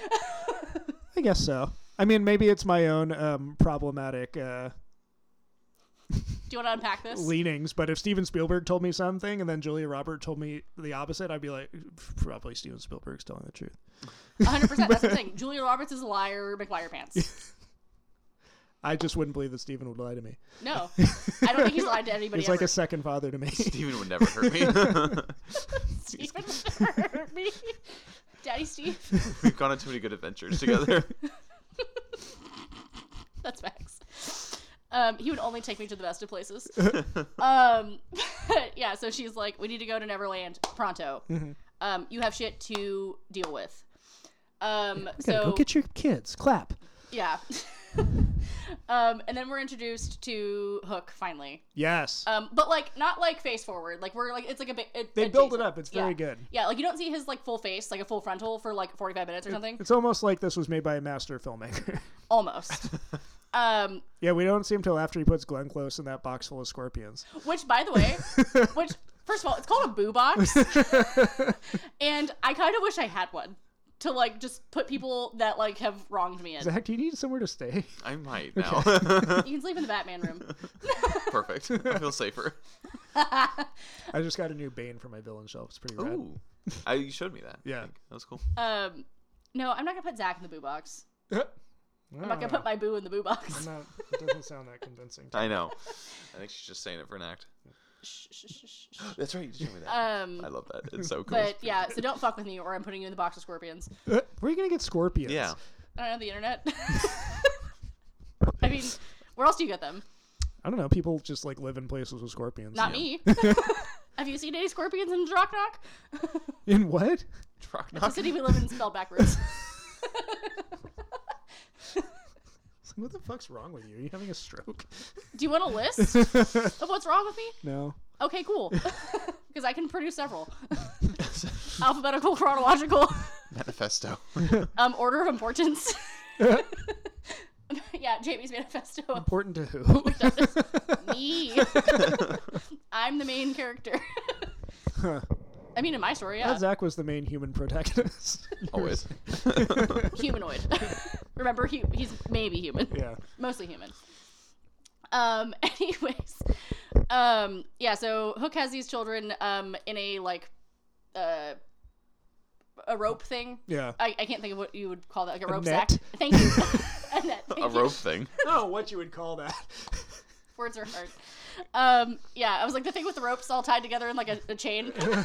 A: <laughs>
B: I guess so. I mean, maybe it's my own um, problematic uh,
A: Do you want to unpack this?
B: leanings, but if Steven Spielberg told me something and then Julia Robert told me the opposite, I'd be like, probably Steven Spielberg's telling the truth.
A: 100. percent That's the thing. Julia Roberts is a liar. McGuire
B: <laughs>
A: pants.
B: I just wouldn't believe that Steven would lie to me.
A: No, I don't think he's lied to anybody.
B: He's like
A: ever.
B: a second father to me. <laughs>
C: Steven would never hurt
A: <laughs>
C: me.
A: Steven hurt me. Daddy Steve. <laughs>
C: We've gone on too many good adventures <laughs> together.
A: That's facts. Um, he would only take me to the best of
B: <laughs>
A: places. um, <laughs> yeah, so she's like, we need to go to Neverland pronto.
B: Mm-hmm.
A: Um, you have shit to deal with. Um,
B: Gotta
A: so Uh,
B: go get your kids. Clap.
A: yeah. <laughs> um, and then we're introduced to Hook finally.
B: Yes.
A: Um, but like not like face forward. Like we're like it's like a bit. It,
B: they
A: adjacent.
B: build it up. It's very
A: Yeah.
B: good.
A: Yeah, like you don't see his like full face, like a full frontal for like 45 minutes or something.
B: It's almost like this was made by a master filmmaker. <laughs>
A: Almost. um,
B: yeah, we don't see him till after he puts Glenn Close in that box full of scorpions.
A: Which, by the
B: <laughs>
A: way, which first of all, it's called a boo box, and I kind of wish I had one to like just put people that like have wronged me in.
B: Zach, do you need somewhere to stay?
C: I might now. <laughs>
A: You can sleep in the Batman room.
C: Perfect. I feel safer.
B: <laughs> I just got a new Bane for my villain shelf. It's pretty rad. <laughs>
C: Ooh. I, you showed me that. I
B: Yeah.
C: think. That was cool.
A: Um, no, I'm not gonna put Zach in the boo box. I'm not gonna put my boo in the boo box. <laughs>
B: Oh, not, it doesn't sound that convincing.
C: I know. I think she's just saying it for an act. That's right. You showed me that.
A: Um,
C: I love that. It's so cool.
A: but yeah, so don't fuck with me, or I'm putting you in the box of scorpions.
B: Where are you gonna get scorpions?
C: yeah.
A: Uh, I don't know the internet. I I mean, where else do you get them?
B: I don't know. People just like live in places with scorpions.
A: Not me. <laughs> Have you seen any scorpions in Drock Knock?
B: <laughs> in what?
C: Drock
A: The
C: knock. <laughs>
A: city we live in is spelled backwards.
B: It's like, <laughs> What the fuck's wrong with you? Are you having a stroke?
A: do you want a list of what's wrong with me?
B: <laughs> No.
A: Okay, cool. Because I can produce several alphabetical, chronological,
C: Manifesto.
A: um, order of importance. yeah, Jamie's
B: <laughs>
A: manifesto.
B: Important to
A: <laughs>
B: who?
A: Me. I'm the main character.
B: <laughs> Huh.
A: I mean, in my story, yeah.
B: Thought Zach was the main human protagonist.
C: <laughs>
B: <laughs>
C: <laughs> Always.
A: humanoid. <laughs> Remember, he, he's maybe human. <laughs>
B: yeah.
A: mostly human. Um, <laughs> anyways, um, yeah. So Hook has these children um in a like, uh, a rope thing. <laughs>
B: Yeah.
A: I, I can't think of what you would call that, like a, rope
B: net?
A: sack. Thank you. a net. Thank
C: A
A: you.
C: rope thing.
B: Oh, what you would call that? <laughs>
A: Words are hard. Um, yeah, I was like the thing with the ropes all tied together in like a, a chain. <laughs>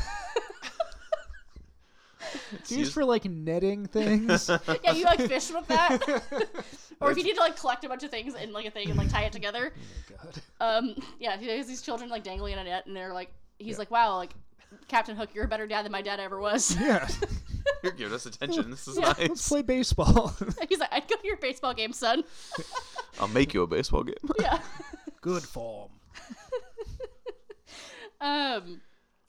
B: It's
C: used-
B: used for like netting <laughs> things.
A: yeah, you like fish with that. or if you need to like collect a bunch of things in like a thing and like tie it together.
B: God.
A: um <laughs> yeah he has these children like dangling in a net and they're like he's like wow like captain hook you're a better dad than my dad ever was <laughs>
B: <laughs> Yeah.
C: You're giving us attention. This is
A: Yeah.
B: Let's
C: nice.
B: play baseball.
A: he's like i'd go to your baseball game son
C: I'll make you a baseball <laughs> game.
A: yeah
B: <laughs> Good form.
A: um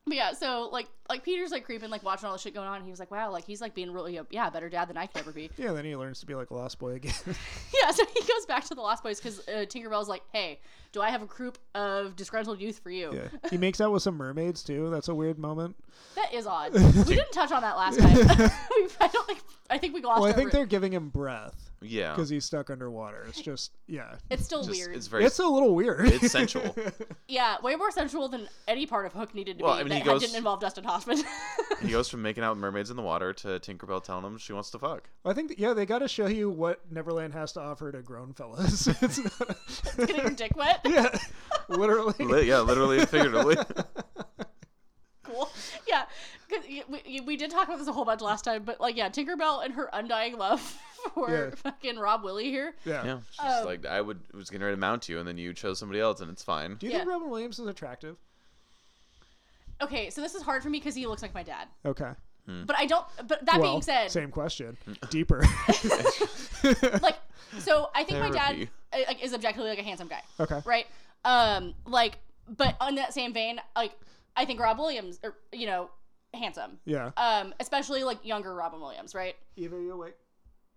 A: but yeah so like like peter's like creeping like watching all the shit going on and he was like wow like he's like being really a, yeah a better dad than i could ever be <laughs>
B: Yeah, then he learns to be like a lost boy again.
A: yeah so he goes back to the lost boys because uh, tinkerbell's like hey do i have a group of disgruntled youth for you
B: <laughs> yeah. He makes out with some mermaids too. That's a weird moment.
A: that is
B: <laughs>
A: odd we didn't touch on that last time <laughs> we, i don't think i think we glossed
B: Well, I
A: over
B: think
A: it.
B: they're giving him breath
C: Yeah.
B: because he's stuck underwater. It's just yeah.
A: it's still
C: Just-
A: weird
C: It's very.
B: It's a little weird.
C: <laughs> It's sensual.
A: Yeah, way more sensual than any part of Hook needed to
C: Well,
A: be
C: I mean, he
A: that
C: goes-
A: didn't involve Dustin Hoffman. <laughs>
C: He goes from making out with mermaids in the water to Tinkerbell telling him she wants to fuck.
B: <laughs> I think that- yeah, they got to show you what Neverland has to offer to grown fellas. <laughs> it's not,
A: <laughs> Getting your dick wet.
C: <laughs>
B: yeah, literally.
C: Li- yeah, literally and <laughs> figuratively.
A: Cool. Yeah, 'cause y- we, we did talk about this a whole bunch last time, but like, yeah, Tinkerbell and her undying love <laughs> for
B: Yeah.
A: fucking Rob Willie here.
B: Yeah.
C: Yeah, she's
A: Um,
C: like, I would was getting ready to mount you, and then you chose somebody else, and it's fine.
B: Do you think
A: Yeah.
B: Robin Williams is attractive?
A: Okay, so this is hard for me because he looks like my dad,
B: Okay.
C: Hmm.
A: but I don't. But that
B: well,
A: being said,
B: same <laughs> question. Deeper.
A: like, so I think my dad
C: Therapy.
A: uh, like, is objectively like a handsome guy.
B: okay.
A: right? Um, like, but on that same vein, like, I think Rob Williams, or, you know, handsome.
B: Yeah.
A: Um, especially like younger Robin Williams, right?
B: Either you like.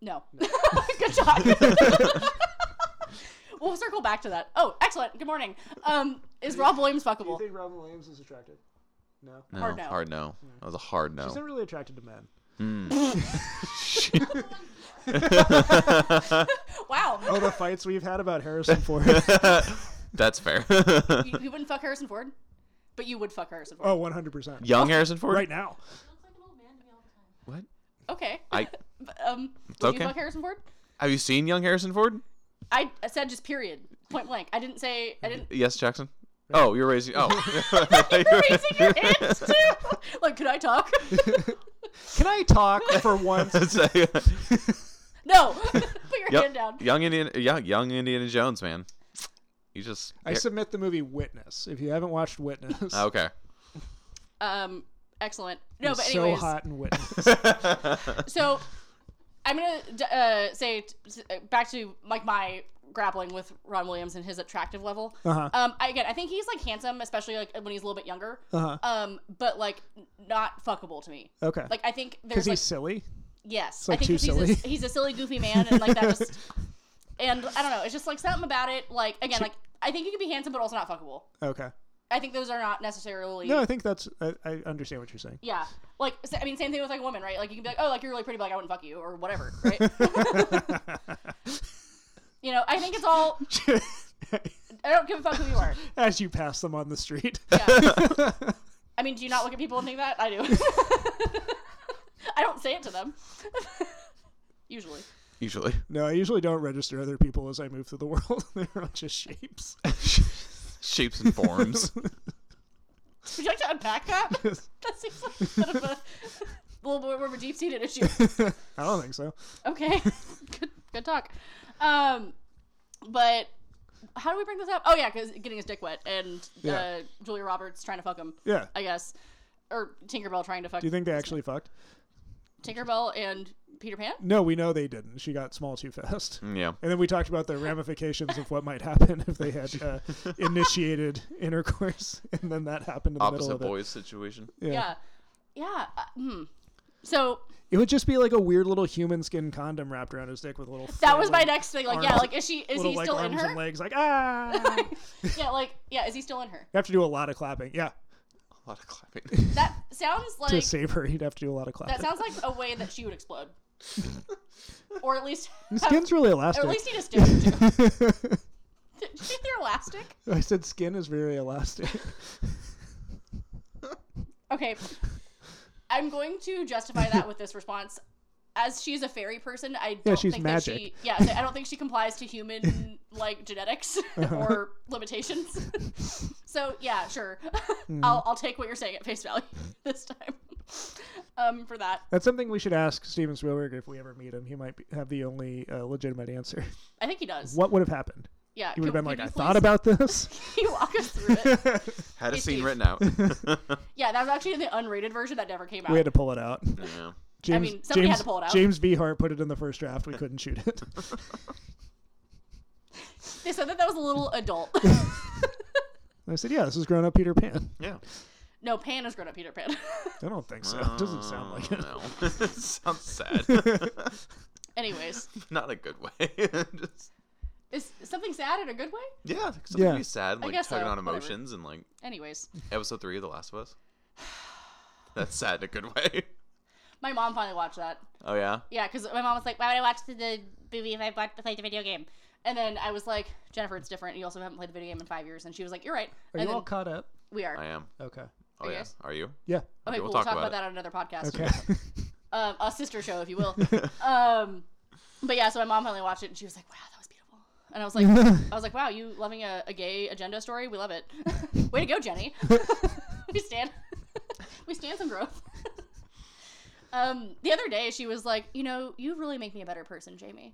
A: No. <laughs> Good job. <laughs> we'll circle back to that. Oh, excellent. Good morning. Um, is Rob Williams fuckable?
B: think Robin Williams is attractive? No.
C: No,
A: Hard no.
C: Hard no. That was a hard no.
B: She's not really attracted to men.
A: Wow.
B: Oh, the fights we've had about Harrison Ford.
C: That's fair.
A: You, you wouldn't fuck Harrison Ford, but you would fuck Harrison Ford.
B: oh, 100%.
C: <laughs> Young Harrison Ford.
B: Right now.
C: What?
A: Okay.
C: I
A: <laughs> But, um, would
C: okay.
A: you fuck Harrison Ford?
C: have you seen Young Harrison Ford?
A: I, I said just period, point blank. I didn't say
C: <laughs>
A: I didn't. <laughs>
C: Yes, Jackson. Oh, you're raising. Oh, <laughs>
A: Raising your hands too. <laughs> Like, could I talk?
B: Can I talk for
C: <laughs>
B: once?
A: No. <laughs> Put your hand down.
C: Young Indian, young, young Indiana Jones, man. You just
B: I submit the movie Witness. If you haven't watched Witness,
C: Ah, okay.
A: Um, excellent. No, but
B: so
A: anyways,
B: hot in Witness.
A: so I'm gonna d- uh, say t- uh, back to like my grappling with Ron Williams and his attractive level.
B: Uh-huh.
A: Um, I, again, I think he's like handsome, especially like when he's a little bit younger.
B: Uh-huh.
A: Um, but like n- not fuckable to me.
B: Okay.
A: Like I think
B: Because
A: there's
B: he's
A: like
B: silly.
A: yes,
B: like,
A: I think
B: too
A: 'cause he's
B: silly.
A: A, he's a silly, goofy man, and like that
B: <laughs>
A: just and I don't know. It's just like something about it. Like again, like I think he can be handsome, but also not fuckable.
B: Okay.
A: I think those are not necessarily
B: No, I think that's. I, I understand what you're saying.
A: Yeah. Like, sa- I mean, same thing with like a woman, right? Like, you can be like, oh, like you're really pretty, but like I wouldn't fuck you or whatever, right?
B: <laughs>
A: you know, I think it's all, I don't give a fuck who you are.
B: <laughs> As you pass them on the street. <laughs>
A: I mean, do you not look at people and think that? I do. <laughs> I don't say it to them. <laughs> Usually.
C: Usually.
B: No, I usually don't register other people as I move through the world. <laughs> They're all just shapes.
C: Shapes and forms.
A: Would you like to unpack
B: <laughs>
A: that? that seems like a bit of a, a little bit more of a deep seated issue. <laughs>
B: I don't think so.
A: Okay. good, good talk. Um, But how do we bring this up? Oh yeah, because getting his dick wet and uh,
B: Yeah.
A: Julia Roberts trying to fuck him.
B: Yeah.
A: I guess, or Tinkerbell trying to fuck.
B: Do you think they actually fucked?
A: Tinkerbell and Peter Pan?
B: No, we know they didn't. She got small too fast.
C: Yeah.
B: And then we talked about the ramifications of what might happen if they had uh, initiated intercourse, and then that happened in the
C: Opposite
B: middle of
C: boys situation.
B: it. Yeah.
A: Yeah, yeah. Uh, hmm. So
B: it would just be like a weird little human skin condom wrapped around his dick with little.
A: that was my
B: flailing
A: next thing. Like, yeah,
B: arms-
A: like is she is
B: little
A: he
B: like
A: still in
B: arms
A: her?
B: and legs, like
A: <laughs>
B: ah. you
A: yeah, like yeah, is he still in her?
B: have to do a lot of clapping. Yeah,
C: A lot of clapping.
A: That sounds
B: to
A: like
B: save her, you'd have to do a lot of clapping.
A: that sounds like a way that she would
B: <laughs>
A: explode, or at least
B: His skin's really
A: or
B: elastic.
A: at
B: <laughs>
A: least he just <laughs> did. Did you think they're elastic?
B: I said skin is very elastic. <laughs>
A: Okay, I'm going to justify that with this response. As she's a fairy person, I don't
B: she's
A: think that she
B: magic.
A: yeah, I don't think she complies to
B: <laughs>
A: human like genetics
B: Uh-huh.
A: or limitations. so yeah, sure,
B: Hmm.
A: I'll I'll take what you're saying at face value <laughs> this time. Um, for that,
B: That's something we should ask Steven Spielberg if we ever meet him. He might be, have the only uh, legitimate answer.
A: I think he does.
B: What would have happened?
A: yeah,
B: He would have
A: can-
B: been like,
A: can
B: "I
A: you
B: thought
A: please-
B: about this."
A: <laughs> Can you walk us through
B: <laughs>
A: it?
C: Had a
A: It's
C: scene
A: deep.
C: written out.
A: Yeah, that was actually the unrated version that never came out.
B: We had to pull it out.
C: yeah.
B: James,
A: mean, somebody had
B: James,
A: to pull it out.
B: James V. Hart put it in the first draft. We couldn't shoot it. <laughs>
A: They said that that was a little
B: <laughs>
A: adult. <laughs>
B: And I said, "Yeah, this is grown up Peter Pan."
C: Yeah.
A: no, Pan is grown up Peter Pan. <laughs>
B: I don't think so. It doesn't sound like it.
C: Oh, No. <laughs> it
B: <laughs>
C: sounds sad. <laughs>
A: Anyways,
C: Not a good way. <laughs> Just,
A: is something sad in a good way?
C: yeah. Something
B: Yeah.
C: to be sad and
A: I
C: like tugging
A: guess so,
C: on
A: whatever.
C: emotions and like
A: Anyways,
C: episode three of The Last of Us. That's sad in a good way. <laughs>
A: my mom finally watched that.
C: Oh yeah.
A: Yeah, because my mom was like, "Why would I watch the, the movie if I bought- played the video game?" And then I was like, "Jennifer, it's different. You also haven't played the video game in five years." And she was like, "You're right."
B: Are
A: <laughs> and
B: you
A: then
B: all caught up?
A: we are.
C: I am.
B: Okay.
C: Oh
A: Are
C: yeah.
A: yours?
C: Are you?
B: Yeah.
A: Okay,
C: Okay,
A: cool.
C: we'll
A: We'll,
C: talk
A: talk
C: about
A: about that on another podcast. <laughs>
B: Okay.
A: Um, a sister show, if you will. um, but yeah, so my mom finally watched it, and she was like, "Wow, that was beautiful." And I was like, "I was like, wow, you loving a, a gay agenda story? We love it. Way to go, Jenny. we stand, <laughs> we stand some growth." <laughs> um, the other day, she was like, "You know, you really make me a better person, Jamie."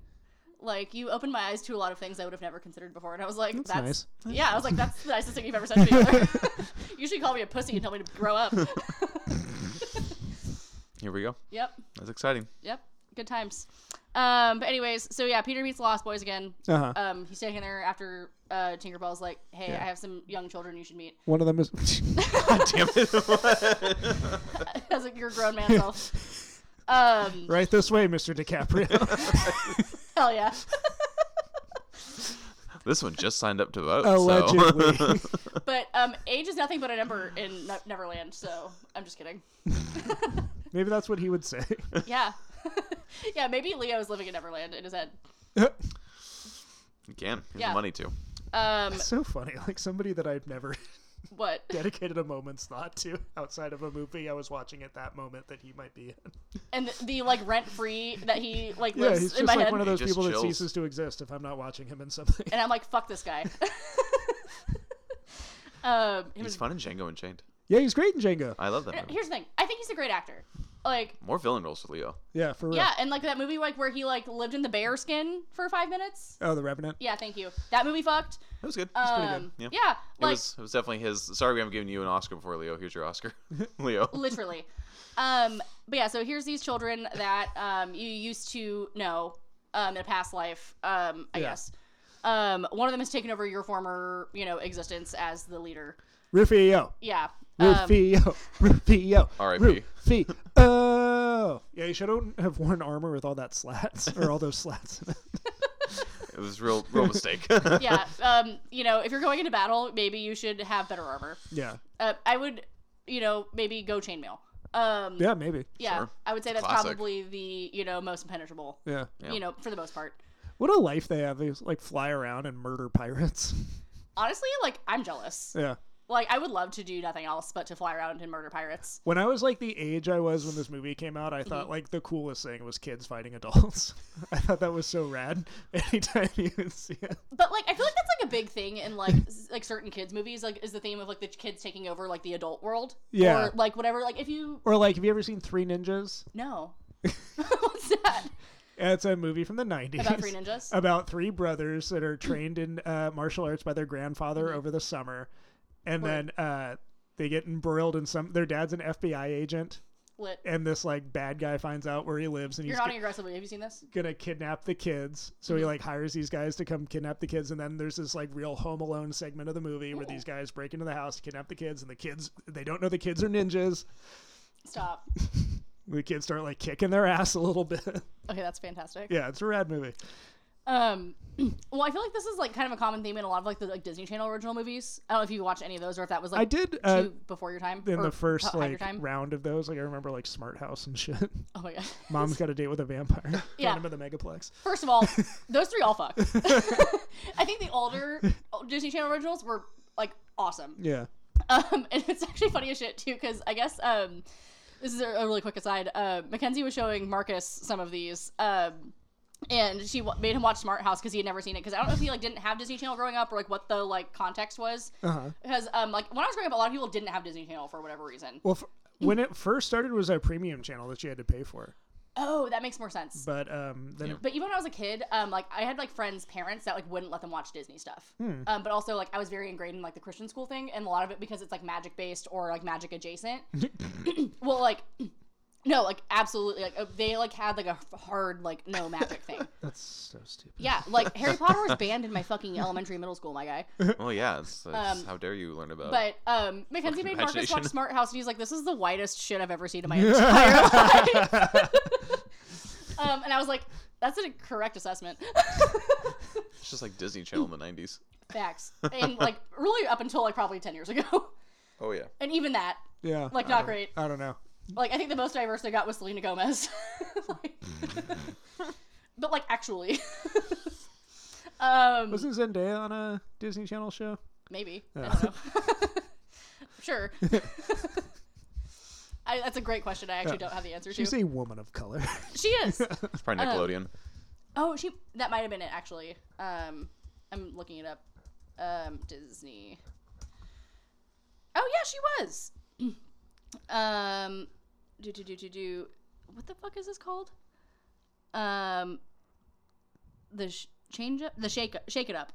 A: Like you opened my eyes to a lot of things I would have never considered before, and I was like, "That's,
B: nice.
A: yeah." I was like, "That's the nicest thing you've ever said to me." <laughs> Mother." you usually call me a pussy and tell me to grow up. <laughs>
C: Here we go.
A: yep.
C: That's exciting. <laughs>
A: Yep. Good times. Um, but anyways, so yeah, Peter meets the Lost Boys again.
B: <laughs> Uh-huh.
A: Um, he's taken there after uh, Tinkerbell's like, "Hey, I
B: Yeah.
A: have some young children you should meet." <laughs>
B: One of them is. <laughs>
C: God damn it.
A: As like, your grown man
B: <laughs>
A: self. Um,
B: right this way, Mr. DiCaprio.
A: <laughs> hell yeah. <laughs>
C: this one just signed up to vote. So.
B: Allegedly.
A: But um, age is nothing but a number in ne- Neverland. So I'm just kidding.
B: Maybe that's what he would say. <laughs>
A: Yeah. <laughs> yeah. Maybe Leo is living in Neverland in his head.
C: <laughs>
B: <laughs>
C: You can. Here's
A: Yeah.
C: the money too.
A: Um,
B: so funny. Like somebody that I've never <laughs>
A: what?
B: dedicated a moment's thought to outside of a movie I was watching at that moment that he might be in.
A: And the, the like rent free that he like
B: Yeah,
A: lives
B: he's
A: in
B: just
A: my
B: like
A: head.
B: one of
C: He
B: those
C: just
B: people
C: chills.
B: that ceases to exist if I'm not watching him in something.
A: and I'm like, "Fuck this guy." <laughs> um, him
C: He's
A: and
C: fun in Django and Chained.
B: yeah, he's great in Django.
C: I love that.
A: No,
C: Movie.
A: here's the thing. I think he's a great actor. Like,
C: More villain roles for Leo.
B: Yeah, for real.
A: yeah, and like that movie, like where he like lived in the bear skin for five minutes.
B: Oh, The Revenant.
A: Yeah, thank you. That movie fucked.
C: It was good.
B: pretty good.
A: Um,
C: Yeah.
A: yeah. like
C: it was. <laughs> It was definitely his. Sorry, we haven't given you an Oscar before, Leo. Here's your Oscar, <laughs> Leo.
A: literally. Um, but yeah, so here's these children that um you used to know um in a past life. Um, I
B: Yeah.
A: guess. Um, one of them has taken over your former, you know, existence as the leader.
B: Rufio.
A: Yeah. Um,
B: Rufio. <laughs> Rufio.
C: R.I.P..
B: Rufio. Oh. Yeah, you shouldn't have worn armor with all that slats <laughs> or all those slats. in it.
C: It was real,
B: <laughs>
C: real mistake.
A: yeah. Um, you know, if you're going into battle, maybe you should have better armor.
B: yeah.
A: Uh, I would, you know, maybe go chainmail. Um,
B: Yeah, maybe.
A: Yeah,
C: Sure.
A: I would say that's
C: Classic.
A: probably the you know most impenetrable.
B: Yeah.
C: Yeah.
A: You know, for the most part.
B: What a life they have. They just, like fly around and murder pirates. <laughs>
A: Honestly, like I'm jealous.
B: Yeah.
A: Like I would love to do nothing else but to fly around and murder pirates.
B: When I was like the age I was when this movie came out, I thought like the coolest thing was kids fighting adults. <laughs> I thought that was so rad. <laughs> Anytime you would see it.
A: But like I feel like that's like a big thing in
B: <laughs>
A: like s- like certain kids movies. Like is the theme of like the kids taking over like the adult world.
B: Yeah.
A: Or like whatever. Like if you
B: <laughs> Or like, have you ever seen Three Ninjas?
A: no, what's that?
B: It's a movie from the 90s.
A: About three ninjas?
B: <laughs> About three brothers that are trained in uh, martial arts by their grandfather
A: Mm-hmm.
B: over the summer. And
A: Word.
B: then uh, they get embroiled in some. Their dad's an FBI agent.
A: Lit.
B: And this, like, bad guy finds out where he lives and
A: You're Mm-hmm.
B: he's
A: nodding aggressively. Have you seen this?
B: going to kidnap the kids. So he, like, hires these guys to come kidnap the kids. And then there's this, like, real Home Alone segment of the movie where these guys break into the house, kidnap the kids, and the kids, they don't know the kids are ninjas. <laughs>
A: Stop.
B: The kids start, like, kicking their ass a little bit. <laughs>
A: Okay, that's fantastic.
B: yeah, it's a rad movie.
A: Um, <clears throat> well, I feel like this is like kind of a common theme in a lot of like the like Disney Channel original movies. I don't know if you watch any of those or if that was like
B: I did. Uh,
A: two before your time
B: in
A: or
B: the first
A: behind your
B: like
A: time.
B: round of those. Like I remember like Smart House
A: <laughs>
B: and shit. <laughs>
A: oh my god.
B: Mom's got a date with
A: <laughs>
B: a vampire.
A: Yeah.
B: Phantom of the Megaplex.
A: First of
B: <laughs>
A: all, those three all fuck. <laughs> I think the older uh, Disney Channel originals were like awesome.
B: Yeah.
A: Um, <laughs> and it's actually funny as shit too, because I guess um, this is a, a really quick aside. Uh, Mackenzie was showing Marcus some of these, um, and she w- made him watch Smart House because he had never seen it. Because I don't know if he like didn't have Disney Channel growing up or like what the like context was.
B: Uh huh.
A: Because um, like when I was growing up, a lot of people didn't have Disney Channel for whatever reason.
B: Well, f- when it first started, it was a premium channel that you had to pay for.
A: Oh, that makes more sense.
B: But um, then
C: Yeah.
A: But even when I was a kid, um, like I had like friends' parents that like wouldn't let them watch Disney stuff.
C: Hmm.
A: Um, but also like I was very ingrained in like the Christian school thing, and a lot of it because it's like magic based or like magic
C: <laughs>
A: adjacent. well, like <clears throat> no, like absolutely, like uh, they like had like a f- hard like no magic
C: <laughs>
A: thing.
B: that's so stupid.
A: Yeah, like Harry Potter was banned in my fucking elementary, middle school, my
C: <laughs>
A: guy.
C: Well, yeah. It's, it's-
A: Um,
C: how dare you learn about?
A: But um, Mackenzie
C: Fucking
A: made Marcus watch
C: imagination.
A: Smart House, and he's like, "This is the whitest shit I've ever
C: <laughs>
A: seen in my
B: <laughs>
A: entire <laughs> life." um, and I was like, "That's a correct assessment."
C: it's just like Disney Channel in the '90s.
A: Facts. And like really up until like probably ten years ago. <laughs>
C: Oh yeah.
A: And even that,
B: Yeah.
A: like not great.
B: I don't know.
A: Like I think the most diverse they got was Selena Gomez. <laughs> like, but like actually. <laughs> um
B: Wasn't Zendaya on a Disney Channel show?
A: maybe. I don't know. sure. <laughs> I, that's a great question. I actually
B: Yeah.
A: don't have the answer to.
B: She's a woman of color. <laughs>
A: she is.
C: It's probably
A: Um,
C: Nickelodeon.
A: Oh, she that might have been it actually. Um I'm looking it up. Um Disney. Oh yeah, she was. <clears throat> um do do do do do what the fuck is this called? Um the sh- change up the shake shake it up.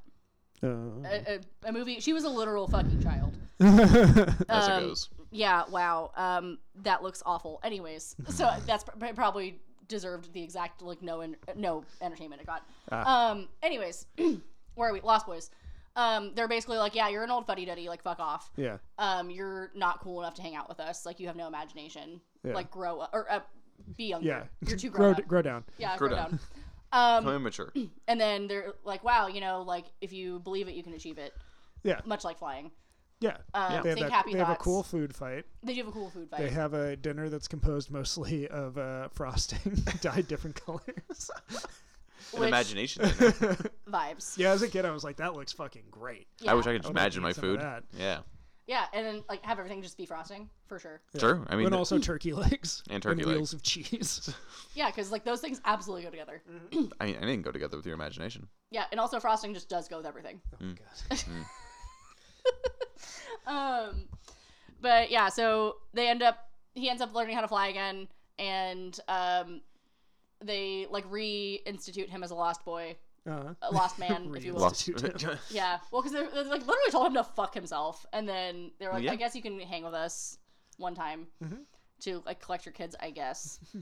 B: Uh,
A: A, a, a movie. She was a literal fucking child.
C: as
A: um,
C: it goes.
A: Yeah, wow. Um that looks awful.
B: <laughs>
A: Anyways, so that's pr- pr- probably deserved the exact like no en- no entertainment it got.
B: Ah.
A: Um anyways, <clears throat> where are we? Lost Boys. Um they're basically like, yeah, you're an old fuddy duddy, like fuck off.
B: yeah.
A: Um you're not cool enough to hang out with us. Like you have no imagination.
B: Yeah.
A: Like grow up or uh, be younger.
B: Yeah.
A: You're
B: <laughs>
A: too
B: grow,
A: grown
B: d-
A: up.
B: grow down.
A: yeah,
C: grow
A: grow down. Um,
C: down.
A: <clears throat>
C: I'm immature.
A: And then they're like, wow, you know, like if you believe it, you can achieve it.
B: Yeah.
A: Much like flying.
B: Yeah.
A: Um,
B: They, have,
A: think
B: that-
A: happy
B: they have a
A: thoughts.
B: cool food fight.
A: They do have a cool food
B: They
A: fight.
B: have a dinner that's composed mostly of uh, frosting <laughs> dyed different colors. <laughs>
C: An
A: which
C: imagination. dinner.
A: vibes.
B: yeah, as a kid, I was like, that looks fucking great.
A: <laughs> Yeah.
C: I wish I
B: I
C: could just
B: would like to
C: imagine
B: eat
C: my
B: some of
C: food.
B: that.
C: Yeah.
A: Yeah, and then like have everything just be frosting for sure.
C: Sure. I mean,
B: and
C: th-
B: also turkey legs
C: And turkey legs.
B: wheels of cheese. <laughs> Oh
A: Yeah, because like those things absolutely go together.
C: I mean, anything go together with your imagination.
A: Yeah, and also frosting just does go with everything.
B: Oh my
C: Mm.
B: God.
A: Um, but yeah, so they end up he ends up learning how to fly again, and um, they like reinstitute him as a lost boy,
B: Uh-huh.
A: a lost man, if you will.
B: Lost-
C: Lost. <laughs>
A: Yeah, well, because they like literally told him to fuck himself, and then they were like,
C: Yeah.
A: I guess you can hang with us one time to like collect your kids. I guess. <laughs>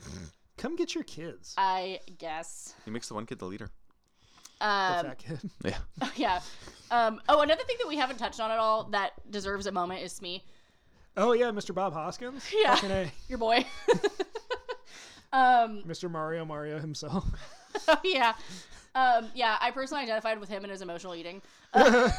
B: Come get your kids.
A: I guess.
C: he makes the one kid the leader.
A: Um,
B: Fat kid. <laughs>
C: <laughs> Yeah.
A: <laughs> yeah. Um, oh, another thing that we haven't touched on at all that deserves a moment is Smee,
B: Oh yeah, Mr. Bob Hoskins.
A: <laughs> Yeah.
B: Fucking A.
A: your boy. <laughs> um,
B: Mr. Mario Mario himself. <laughs>
A: Oh, yeah. Um, yeah, I personally identified with him and his emotional eating. Uh,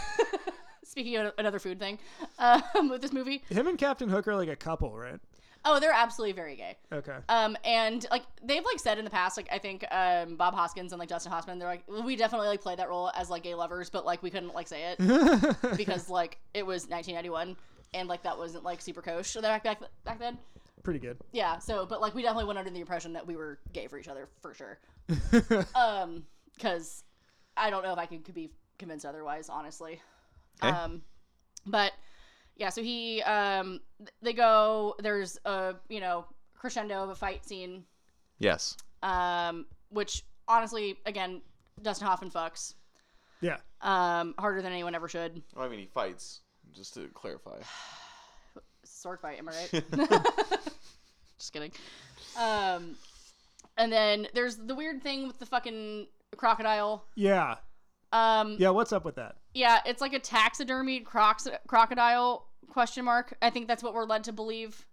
A: <laughs> speaking of another food thing um, with this movie.
B: Him and Captain Hook are like a couple, right?
A: Oh, they're absolutely very gay.
B: Okay.
A: Um, and like they've like said in the past, like I think um, Bob Hoskins and like Dustin Hoffman, they're like we definitely like played that role as like gay lovers, but like we couldn't like say it because like it was 1991 and like that wasn't like super kosher so back back back then.
B: Pretty good.
A: Yeah. So, but like we definitely went under the impression that we were gay for each other for sure. um, because I don't know if I could, could be convinced otherwise, honestly.
C: Okay.
A: Um, but yeah, so he um th- they go there's a you know crescendo of a fight scene
C: Yes.
A: um which honestly, again, Dustin Hoffman fucks
B: Yeah.
A: um, harder than anyone ever should.
C: Well, I mean, he fights. Just to clarify.
A: sword fight, am I right?
B: <laughs>
A: <laughs> Just kidding. Um, and then there's the weird thing with the fucking crocodile.
B: Yeah.
A: Um, yeah.
B: Yeah. What's up with that?
A: it's like a taxidermied croc- crocodile question mark. I think that's what we're led to
B: <laughs>
A: believe.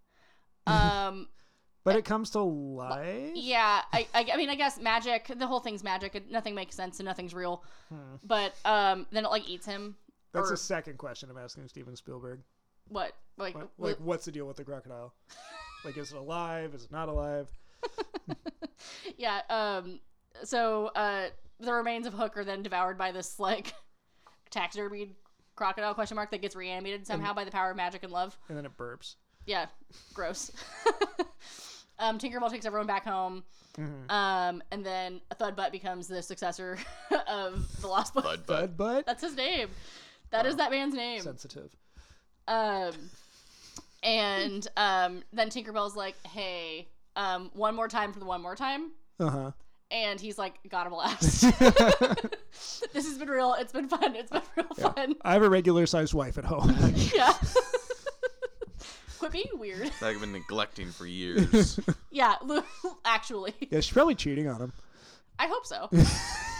A: Um,
B: But it comes to life.
A: yeah, I, I, I mean, I guess magic. The whole thing's magic. It, nothing makes sense and nothing's real. But um, then it like eats him.
B: Hmm. That's
A: or
B: the second question I'm asking Steven Spielberg.
A: what? Like,
B: What,
A: wh-
B: like, what's the deal with the crocodile? like, is it alive? Is it not alive?
A: Yeah. Um. So, uh, the remains of Hook are then devoured by this like taxidermied crocodile question mark that gets reanimated somehow by the power of magic and love.
B: And then it burps.
A: Yeah. Gross. <laughs> um. Tinkerbell takes everyone back home. Um. And then Thudbutt becomes the successor <laughs> of the Lost Boys.
C: Bud,
B: Bud
C: bud.
A: <laughs>
B: butt.
A: That's his name. That is that man's name.
B: Sensitive.
A: Um, and um, then Tinkerbell's like, "Hey, um, one more time for the one more time."
B: Uh huh.
A: and he's like, "Gotta blast! <laughs> this has been real. It's been fun. It's been real fun. <laughs>
B: I have a regular sized wife at <laughs> home.
A: Yeah. <laughs> Quit being weird.
C: That I've been neglecting
A: <laughs>
C: for years.
A: Yeah, Lu- actually,
B: yeah, she's probably cheating on him.
A: I hope so. <laughs>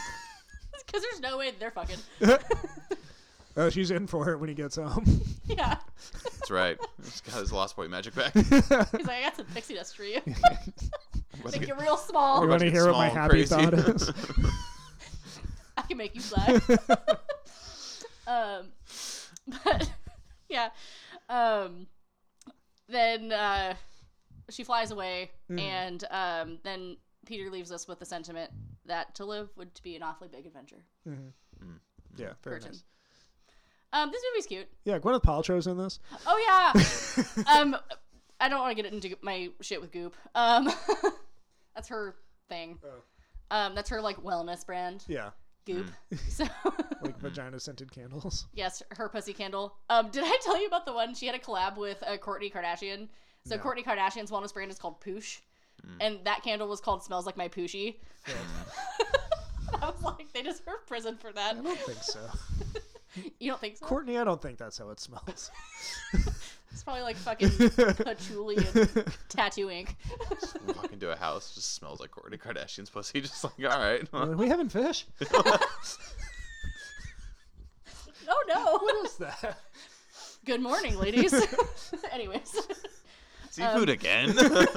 A: Because there's no way they're fucking.
B: Oh, she's in for it when he gets <laughs> home.
A: Yeah.
C: That's right. He's got his Lost Boy magic back.
A: He's like, I got some pixie dust for you.
C: About to
A: Make
C: get-
A: you real small.
B: you want
C: about to
B: to
C: get
B: hear what my
C: small and
B: happy
C: crazy.
B: thought is?
C: <laughs>
A: <laughs> I can make you black.
B: <laughs>
A: um, <laughs> but yeah. Um, then uh, she flies away,
B: Mm.
A: and um, then Peter leaves us with the sentiment that to live would be an awfully big adventure.
B: yeah, very
A: Curtain.
B: nice.
A: Um, this movie's cute.
B: Yeah, Gwyneth Paltrow's in this.
A: Oh yeah.
B: <laughs>
A: um, I don't want to get into my shit with Goop. Um, <laughs> that's her thing. Um, that's her like wellness brand,
B: Oh. Yeah, Mm.
A: Goop. <laughs> So.
B: like vagina scented candles.
A: Yes, her pussy candle. Um, did I tell you about the one she had a collab with uh, Courtney Kardashian? So Courtney Kardashian's wellness brand is called Poosh,
B: Mm.
A: and that candle was called "Smells Like My Pooshy." <laughs> I was like, they deserve prison for that.
B: I don't think <laughs> so.
A: You don't think so?
B: Courtney, I don't think that's how it smells.
A: it's probably like
B: <laughs>
A: fucking patchouli and tattoo ink.
C: We walk into a house, just smells like Kourtney Kardashian's pussy. <laughs> Just like, all right.
B: Are
A: Um,
B: we having fish? What
A: oh no!
B: is <laughs> that?
A: <laughs> Good morning, ladies. <laughs> Anyways, <laughs>
C: Seafood again.
A: we had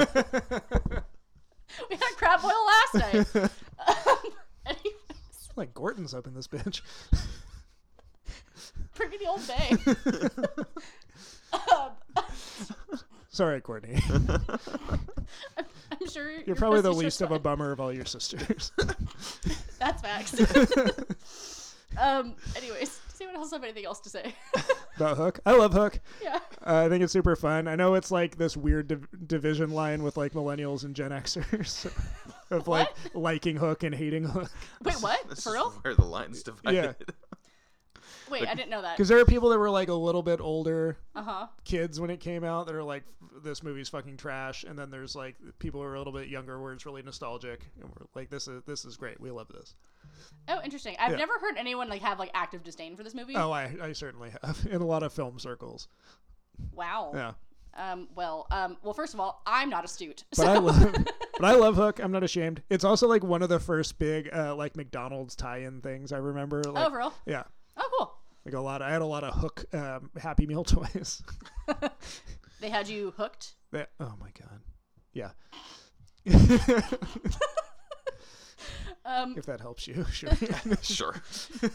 A: crab boil last
B: <laughs>
A: night. Um, <laughs> anyways,
B: Like Gorton's up in this <laughs> bitch.
A: bring me the old bay. <laughs> um, <laughs>
B: Sorry, Courtney.
A: I'm sure your
B: You're probably the
A: pussy should
B: least of a
A: smell-
B: bummer of all your sisters. <laughs>
A: That's facts. um. Anyways, does anyone else have anything else to say? <laughs>
B: About Hook, I love Hook.
A: yeah.
B: Uh, I think it's super fun. I know it's like this weird div- division line with like millennials and Gen Xers <laughs> of like liking Hook and hating Hook.
A: Wait, <laughs> what?
C: <laughs> This
A: For
C: is
A: real?
C: Where the lines divided.
A: <laughs> Wait, I didn't know that.
B: Because there are people that were like a little bit older
A: Uh huh.
B: kids when it came out that are like, this movie's fucking trash, and then there's like people who are a little bit younger where it's really nostalgic and we're like, this is this is great, we love this.
A: Oh, interesting. I've
B: Yeah.
A: never heard anyone like have like active disdain for this movie.
B: Oh, I I certainly have <laughs> in a lot of film circles.
A: Wow.
B: Yeah,
A: Um. Well. Um. Well. First of all, I'm not astute.
B: but I
A: <laughs>
B: love. But I love Hook. I'm not ashamed. It's also like one of the first big uh, like McDonald's tie-in things I remember. Like,
A: oh, for real?
B: Yeah,
A: Oh, cool.
B: like a lot. I had a lot of hook um, Happy Meal <laughs> toys.
A: They had you hooked.
B: that, oh my god, yeah.
A: <laughs> Um.
B: If that helps you, <laughs>
A: <laughs>
B: sure.
C: sure.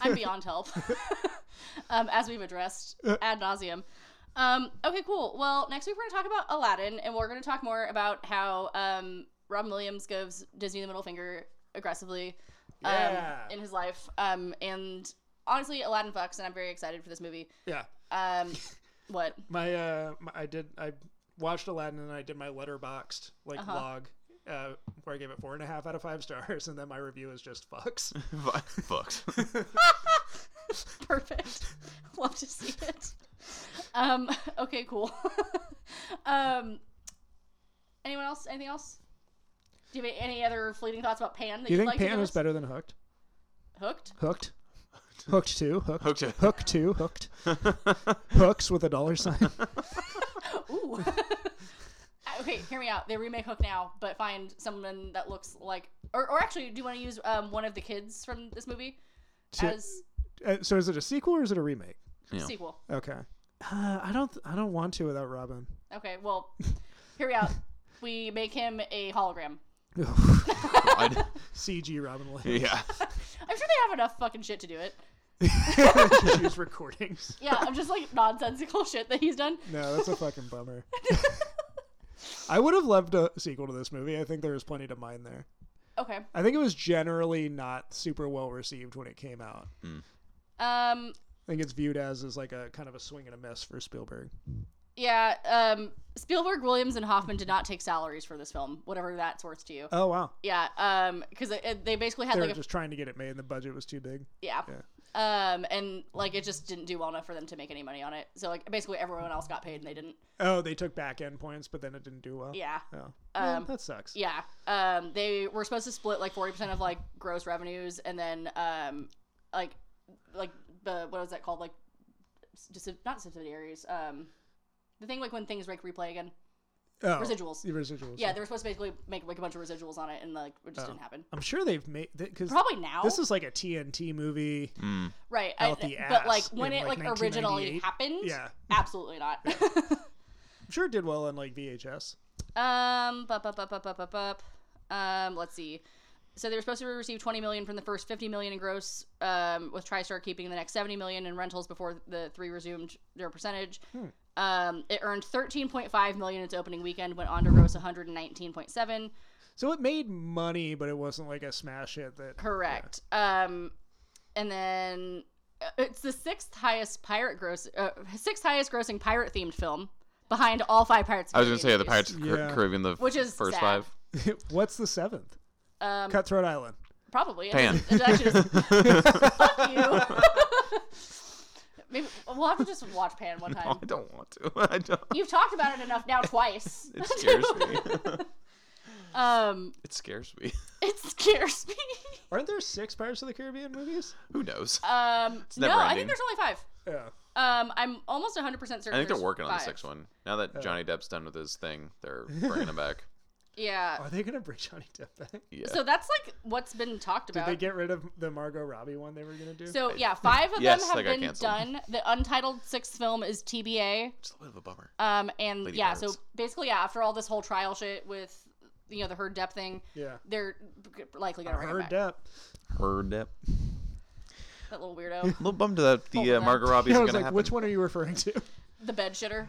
A: I'm beyond help, <laughs> um, as we've addressed ad nauseum. Um, okay, cool. Well, next week we're going to talk about Aladdin, and we're going to talk more about how um, Robin Williams gives Disney the middle finger aggressively um,
B: Yeah.
A: in his life. Um, and honestly, Aladdin fucks, and I'm very excited for this movie.
B: yeah,
A: Um, what?
B: my, uh, my I did I watched Aladdin and I did my letterboxed like
A: Uh-huh.
B: log. Uh, where I gave it four and a half out of five stars, <laughs> and then my review is just
A: <laughs>
B: fucks. <laughs>
C: Fucked.
A: Perfect. <laughs> Love to see it. Um, <laughs> okay, cool. um, anyone else? Anything else? Do you have any other fleeting thoughts about Pan? That
B: Do you
A: would
B: think
A: like to
B: Pan
A: give
B: is
A: us?
B: better than Hooked?
A: Hooked.
B: <laughs> Hooked. Hooked two. Hooked.
C: Hooked.
B: Hooked two. <laughs> Hooked. Hooks with a dollar <laughs> sign.
A: Ooh. <laughs> Uh, okay, hear me out. They remake Hook now, but find someone that looks like, or, or actually, do you want to use um, one of the kids from this movie
B: Ti-
A: as
B: Uh, so is it a sequel or is it a remake?
C: Yeah.
A: sequel?
B: Okay. Uh, I don't. I don't want to without <laughs> Robin.
A: Okay, well, hear me out. We make him a hologram.
C: God.
B: CG Robin Williams.
C: yeah.
A: I'm sure they have enough fucking shit to do it.
B: <laughs> Just use recordings.
A: Yeah, I'm just like nonsensical <laughs> shit that he's done.
B: No, that's a fucking
A: <laughs>
B: bummer. I would have loved a sequel to this movie. I think there was plenty to mine there.
A: Okay.
B: I think it was generally not super well received when it came out.
A: Um.
B: I think it's viewed as as like a kind of a swing and a miss for Spielberg.
A: Yeah. Um. Spielberg, Williams, and Hoffman did not take salaries for this film, whatever that's worth to you.
B: Oh wow,
A: Yeah. Um. Because they basically had
B: they
A: like
B: were
A: a
B: just trying to get it made, and the budget was too big.
A: Yeah. Um, and like it just didn't do well enough for them to make any money on it. So like basically everyone else got paid and they didn't.
B: Oh, they took back end points, but then it didn't do well.
A: Yeah.
B: Oh.
A: Um,
B: that sucks.
A: Yeah. Um, they were supposed to split like forty percent of like gross revenues and then um, like like the what was that called like just not subsidiaries um. The thing like when things like replay again,
B: Oh,
A: residuals.
B: the Residuals.
A: Yeah, they were supposed to basically make like a bunch of residuals on it, and like it just didn't happen.
B: I'm sure they've made because
A: Probably now,
B: Oh. this is like a TNT movie.
A: right?
B: out the
A: but like
B: ass
A: when
B: in,
A: it
B: like,
A: like, originally
B: 1998.
A: happened,
B: Yeah.
A: absolutely not.
B: I'm sure it did well on like VHS.
A: Um, bup, bup, bup, bup, bup, bup, bup. Um, let's see. So they were supposed to receive 20 million from the first 50 million in gross, um, with TriStar keeping the next 70 million in rentals before the three resumed their percentage. Um, it earned 13.5 million its opening weekend, went on to gross 119.7.
B: So it made money, but it wasn't like a smash hit. That <laughs>
A: Correct. Um, and then uh, it's the sixth highest pirate gross, uh, sixth highest grossing pirate themed film behind all five Pirates. of
C: I was
A: the
C: gonna say yeah, the
A: Caribbean
C: Pirates of
B: Yeah.
C: Car- Caribbean, the
A: Which is
C: first
A: sad.
C: five.
B: What's the seventh?
A: Um,
B: Cutthroat Island.
A: Probably.
C: Pan.
A: It's actually just-
C: <laughs>
A: fuck you. <laughs> Maybe we'll have to just watch Pan one time.
C: Oh, I don't want to. <laughs> I don't.
A: You've talked about it enough now
C: <laughs>
A: twice.
C: It scares me.
A: <laughs>
C: <laughs>
A: um,
C: It scares me.
A: it scares me.
B: Aren't there six Pirates of the Caribbean movies?
C: Who knows?
A: Um, no,
C: never
A: I
C: ending.
A: think there's only five.
B: Yeah.
A: Um, I'm almost 100 percent certain.
C: I think they're
A: there's
C: working on the
A: five. Oh.
C: sixth one. Now that Johnny Depp's done with his thing,
A: <laughs>
C: they're bringing him back.
A: Yeah.
B: Are they gonna bring Johnny Depp back?
C: Yeah.
A: So that's like what's been talked
B: Did
A: about.
B: they get rid of the Margot Robbie one they were gonna do?
A: so yeah, five of
C: Yes,
A: them have
C: that got
A: been
C: canceled.
A: done. The untitled sixth film is TBA.
C: It's a little bit of a bummer.
A: Um, and
C: Lady
A: yeah, so
C: Pirates.
A: basically, yeah, after all this whole trial shit with you know the herd depth thing,
B: yeah.
A: they're likely gonna bring him
B: Her
A: back.
B: Depp.
C: Heard Depp. A
A: That little
C: <laughs>
A: weirdo,
C: little bummed that
A: Both
C: the
A: of
C: uh,
A: them.
C: Margot Robbie
B: I
C: is
B: was
C: gonna
B: like,
C: happen.
B: which one are you referring <laughs> to?
A: the bed
C: <laughs>
A: shitter.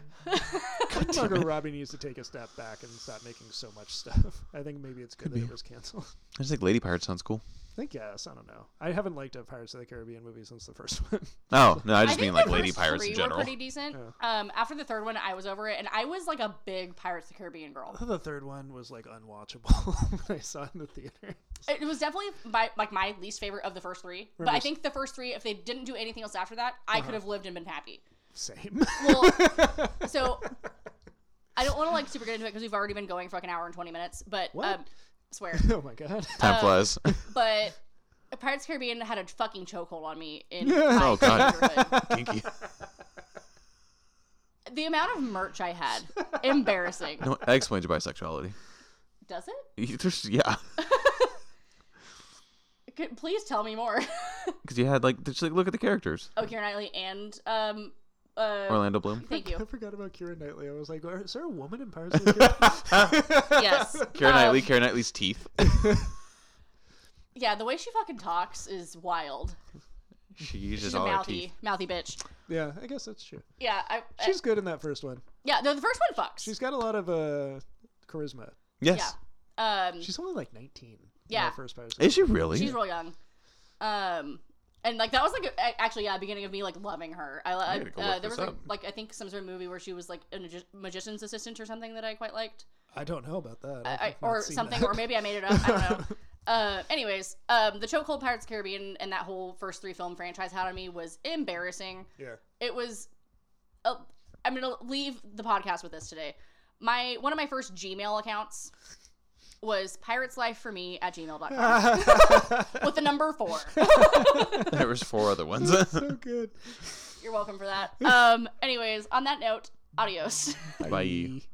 B: Margot Robbie needs to take a step back and stop making so much stuff. <laughs> I think maybe it's good that it was canceled. <laughs>
C: I just think Lady Pirate sounds cool.
B: I think yes. I don't know. I haven't liked a Pirates of the Caribbean movie since the first one. <laughs>
C: Oh no, I just
A: think
C: mean like
A: the
C: Lady
A: first
C: Pirates
A: three
C: in general.
A: Were pretty decent. Um, after the third one, I was over it, and I was like a big Pirates of the Caribbean girl.
B: the third one was like unwatchable <laughs> when I saw it in the theater.
A: It was definitely my like my least favorite of the first three. But I
B: Remember-
A: think the first three, if they didn't do anything else after that, I could have lived and been happy.
B: Same. <laughs>
A: Well, so I don't want to like super get into it because we've already been going for like an hour and twenty minutes. But
B: What?
A: um, swear.
B: oh my god.
A: <laughs>
C: Time flies. <laughs>
A: But Pirates of the Caribbean had a fucking chokehold on me in my
C: Oh, God.
A: neighborhood.
C: Kinky.
A: The amount of merch I
B: <laughs>
A: had, embarrassing.
C: No, that explains your bisexuality.
A: Does it?
C: You just- yeah, <laughs>
A: Could, please tell me more. <laughs>
C: because you had like just like look at the characters.
A: oh, Keira Knightley and um, uh,
C: Orlando Bloom.
A: thank
B: <laughs> I
A: you.
B: forgot about Kira Knightley. I was like, is there a woman in Pirates of the <laughs> Caribbean?
A: Yes,
C: Karen
A: Um,
C: Knightley. Karen Knightley's teeth. <laughs>
A: yeah, the way she fucking talks is wild.
C: she uses
A: She's a
C: all her
A: mouthy,
C: teeth.
A: mouthy bitch.
B: yeah, I guess that's true.
A: Yeah, I, I-
B: She's good in that first one.
A: yeah. No, the first one fucks.
B: She's got a lot of uh, charisma.
A: yeah.
C: Yes.
A: Um,
B: She's only like 19.
A: Yeah.
B: In the first Pirates. of the
C: Is she really? <laughs>
A: she's real young. Um, and like that was like a, actually yeah, beginning of me like loving her. I, I
C: need to go
A: uh,
C: look
A: there was
C: this
A: like,
C: up.
A: like I think some sort of movie where she was like a magi- magician's assistant or something that I quite liked.
B: I don't know about that.
A: I,
B: I've not
A: Uh, or
B: seen
A: something,
B: that.
A: or maybe I made it up. I don't know. Uh, anyways, um, the Chokehold Pirates of the Caribbean and that whole first three film franchise had on me was embarrassing.
B: <laughs> yeah.
A: It was. Uh, I'm gonna leave the podcast with this today. My one of my first Gmail accounts was pirates life for me at gmail.com with the number
B: <laughs>
A: four.
C: There was four
A: <laughs>
C: other ones.
B: so good.
A: You're welcome for that. Um, anyways, on that note, adios. <laughs>
C: Bye.